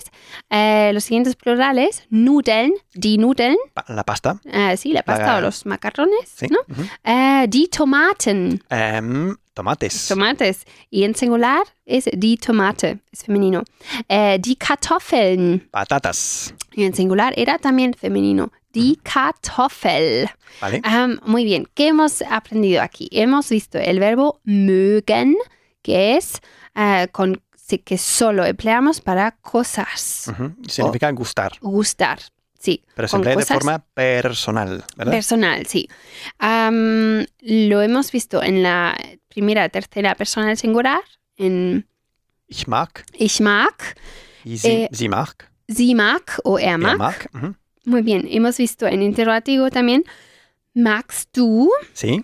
Speaker 1: eh, los siguientes plurales, Nudeln, die Nudeln,
Speaker 2: Pa- la pasta.
Speaker 1: eh, sí, la pasta
Speaker 2: La-
Speaker 1: o los macarrones,
Speaker 2: Sí.
Speaker 1: ¿no?
Speaker 2: ujú.
Speaker 1: Eh, die Tomaten.
Speaker 2: Em, tomates.
Speaker 1: Tomates. Y en singular es die Tomate, es femenino. Eh, die Kartoffeln.
Speaker 2: patatas.
Speaker 1: Y en singular era también femenino. Die Kartoffel.
Speaker 2: ¿Vale?
Speaker 1: Am, muy bien. ¿Qué hemos aprendido aquí? Hemos visto el verbo mögen, que es eh, con, sí, que solo empleamos para cosas.
Speaker 2: Ujú. Significa gustar,
Speaker 1: Gustar. Sí.
Speaker 2: pero
Speaker 1: Oh. con
Speaker 2: siempre de
Speaker 1: cosas- Eh,
Speaker 2: forma personal, ¿verdad?
Speaker 1: Personal, sí. Am, lo hemos visto en la primera, tercera persona del singular, en
Speaker 2: ich mag,
Speaker 1: ich mag,
Speaker 2: y sie,
Speaker 1: Eh,
Speaker 2: sie mag,
Speaker 1: Sie mag o er
Speaker 2: er
Speaker 1: mag.
Speaker 2: mag. ujú.
Speaker 1: Muy bien, hemos visto en interrogativo también. ¿Magst du?
Speaker 2: Sí.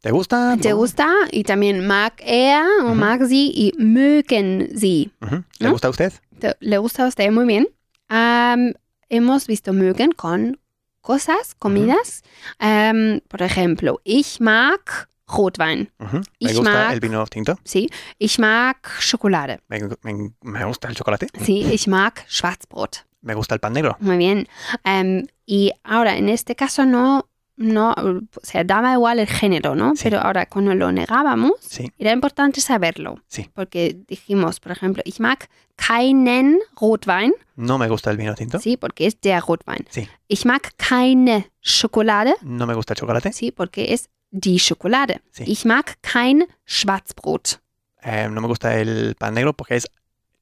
Speaker 2: ¿Te gusta?
Speaker 1: ¿Te gusta? Y también mag er o
Speaker 2: Ujú.
Speaker 1: mag sie y mögen sie.
Speaker 2: Ujú. ¿Te
Speaker 1: ¿No?
Speaker 2: gusta a usted?
Speaker 1: ¿Te- ¿Le gusta a usted? Muy bien. Am, hemos visto mögen con cosas, comidas. Am, por ejemplo, ich mag Rotwein.
Speaker 2: Ujú. Me
Speaker 1: Ich
Speaker 2: gusta
Speaker 1: mag-
Speaker 2: el vino tinto.
Speaker 1: Sí, ich mag Schokolade.
Speaker 2: Me, me- me gusta el chocolate.
Speaker 1: Sí, ich mag Schwarzbrot.
Speaker 2: Me gusta el pan negro.
Speaker 1: Muy bien. Em, y ahora, en este caso no, no, o sea, daba igual el género, ¿no?
Speaker 2: Sí.
Speaker 1: Pero ahora, cuando lo negábamos,
Speaker 2: Sí.
Speaker 1: era importante saberlo.
Speaker 2: Sí.
Speaker 1: Porque dijimos, por ejemplo, ich mag keinen Rotwein,
Speaker 2: No me gusta el vino tinto.
Speaker 1: sí, porque es der Rotwein.
Speaker 2: Sí.
Speaker 1: Ich mag keine Schokolade,
Speaker 2: No me gusta el chocolate.
Speaker 1: sí, porque es die Schokolade.
Speaker 2: Sí.
Speaker 1: Ich mag kein Schwarzbrot.
Speaker 2: Eh, no me gusta el pan negro porque es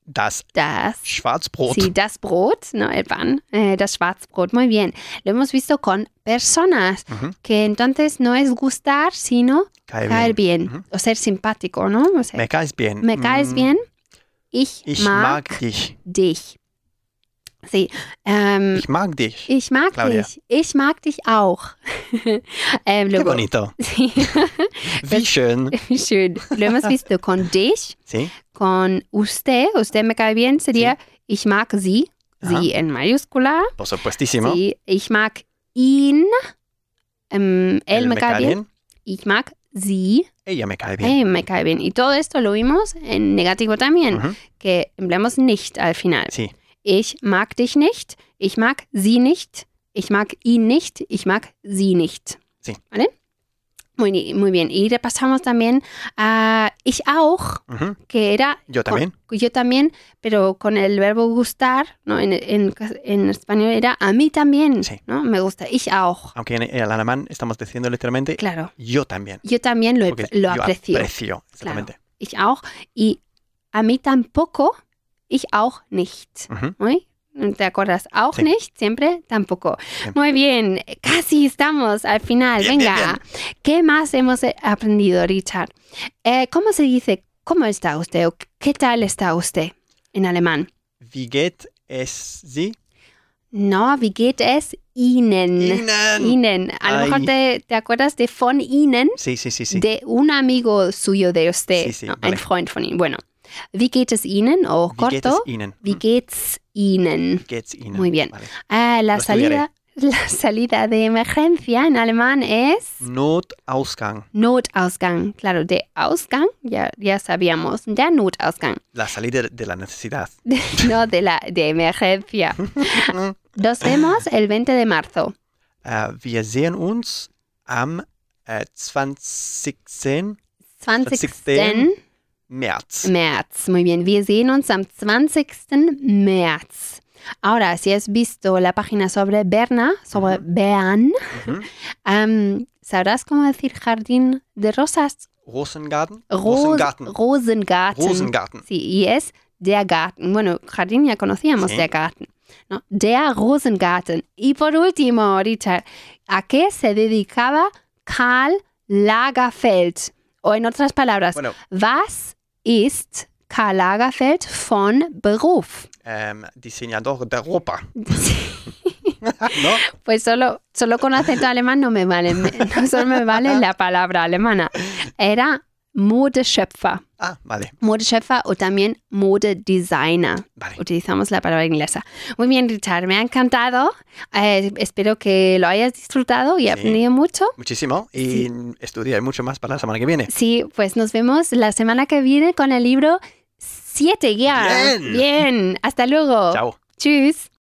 Speaker 2: das
Speaker 1: Das
Speaker 2: Schwarzbrot.
Speaker 1: Sí, das Brot, ¿no? El pan, eh, das Schwarzbrot, muy bien. Lo hemos visto con personas,
Speaker 2: Ujú.
Speaker 1: que entonces no es gustar, sino
Speaker 2: Cae
Speaker 1: caer
Speaker 2: bien.
Speaker 1: bien,
Speaker 2: Ujú.
Speaker 1: o ser simpático, ¿no? O sea,
Speaker 2: Me caes bien.
Speaker 1: me caes
Speaker 2: Mm,
Speaker 1: bien, Ich,
Speaker 2: Ich
Speaker 1: mag,
Speaker 2: mag, dich.
Speaker 1: dich. Sí. Ähm,
Speaker 2: Ich mag dich.
Speaker 1: ich mag
Speaker 2: Claudia.
Speaker 1: dich. Ich mag dich auch. ähm,
Speaker 2: Qué
Speaker 1: luego, pues
Speaker 2: bonito.
Speaker 1: sí,
Speaker 2: Wie schön.
Speaker 1: schön. Lo hemos visto con dich,
Speaker 2: Sí.
Speaker 1: con usted. Usted me cae bien. Sería ich mag sie.
Speaker 2: Ajá.
Speaker 1: Sie en mayúscula.
Speaker 2: Por supuestísimo.
Speaker 1: Sí. Ich mag ihn. Em, él me cae bien. Ich mag sie.
Speaker 2: Ella me cae bien.
Speaker 1: Eh, me cae bien. Y todo esto lo vimos en negativo también,
Speaker 2: Ujú.
Speaker 1: que empleamos nicht al final.
Speaker 2: Sí.
Speaker 1: Ich mag dich nicht, ich mag sie nicht, ich mag ihn nicht, ich mag sie nicht.
Speaker 2: Sí.
Speaker 1: ¿Vale? Muy, ni- muy bien. Y repasamos también a ich auch,
Speaker 2: Ujú.
Speaker 1: que era
Speaker 2: Yo también.
Speaker 1: yo también, pero con el verbo gustar, ¿no? En, en- en español era a mí también,
Speaker 2: Sí.
Speaker 1: ¿no? Me gusta, ich auch.
Speaker 2: Aunque en el alemán estamos diciendo literalmente
Speaker 1: Claro.
Speaker 2: yo también.
Speaker 1: Yo también lo,
Speaker 2: porque
Speaker 1: lo
Speaker 2: yo
Speaker 1: aprecio.
Speaker 2: aprecio, exactamente.
Speaker 1: Ich auch. Y a mí tampoco, ich auch nicht.
Speaker 2: Ujú.
Speaker 1: ¿Muy? ¿Te acuerdas? Auch
Speaker 2: Sí.
Speaker 1: nicht, siempre tampoco.
Speaker 2: Bien.
Speaker 1: Muy bien, casi estamos al final.
Speaker 2: Bien,
Speaker 1: Venga,
Speaker 2: bien,
Speaker 1: ¿qué más hemos eh, aprendido, Richard? Eh, ¿Cómo se dice cómo está usted o qué tal está usted en alemán?
Speaker 2: Wie geht es Sie?
Speaker 1: No, wie geht es Ihnen?
Speaker 2: Ihnen.
Speaker 1: Ihnen. A lo
Speaker 2: Ay.
Speaker 1: mejor te, te acuerdas de von Ihnen,
Speaker 2: Sí, sí, sí, sí.
Speaker 1: de un amigo suyo de usted,
Speaker 2: Sí, sí,
Speaker 1: ¿no?
Speaker 2: vale.
Speaker 1: un Freund von Ihnen. Bueno, wie geht es Ihnen o
Speaker 2: Wie geht es
Speaker 1: corto,
Speaker 2: Ihnen?
Speaker 1: wie
Speaker 2: Mm,
Speaker 1: geht's Ihnen?
Speaker 2: wie geht's Ihnen?
Speaker 1: Muy bien.
Speaker 2: Vale.
Speaker 1: Ah, la
Speaker 2: Lo estudiaré.
Speaker 1: salida, la salida de emergencia en alemán es
Speaker 2: Notausgang.
Speaker 1: Notausgang. Claro, de Ausgang ya, ya sabíamos, de Notausgang,
Speaker 2: La salida de la necesidad.
Speaker 1: no de la de emergencia. Nos vemos el 20 de marzo.
Speaker 2: Äh, wir sehen uns am äh, 20.
Speaker 1: 20.
Speaker 2: März.
Speaker 1: März. Muy bien, wir sehen uns am 20. März. Ahora, si has visto la página sobre Berna, sobre Bern,
Speaker 2: Mhm.
Speaker 1: am, sabrás cómo decir jardín de rosas.
Speaker 2: Rosengarten?
Speaker 1: Ros-
Speaker 2: Rosengarten.
Speaker 1: Rosengarten.
Speaker 2: Rosengarten.
Speaker 1: Sí, y es der Garten. Bueno, jardín ya conocíamos,
Speaker 2: Sí.
Speaker 1: der Garten. ¿no? Der Rosengarten. Y por último, Richard, ¿a qué se dedicaba Karl Lagerfeld? O en otras palabras,
Speaker 2: Bueno,
Speaker 1: was ist Karl Lagerfeld von Beruf?
Speaker 2: ähm, diseñador de ropa.
Speaker 1: Sí,
Speaker 2: no?
Speaker 1: Pues solo, solo con acento alemán no me vale, me- no solo me vale la palabra alemana. Era Modeschöpfer.
Speaker 2: Ah, vale,
Speaker 1: Modeschöpfer o también Modedesigner.
Speaker 2: vale.
Speaker 1: utilizamos la palabra inglesa. Muy bien, Richard, me ha encantado. Eh, espero que lo hayas disfrutado y
Speaker 2: Sí.
Speaker 1: aprendido mucho.
Speaker 2: Muchísimo. Y estudié mucho más para la semana que viene.
Speaker 1: Sí, pues nos vemos la semana que viene con el libro 7 guías.
Speaker 2: Bien.
Speaker 1: Bien, hasta luego.
Speaker 2: Chao.
Speaker 1: Tschüss.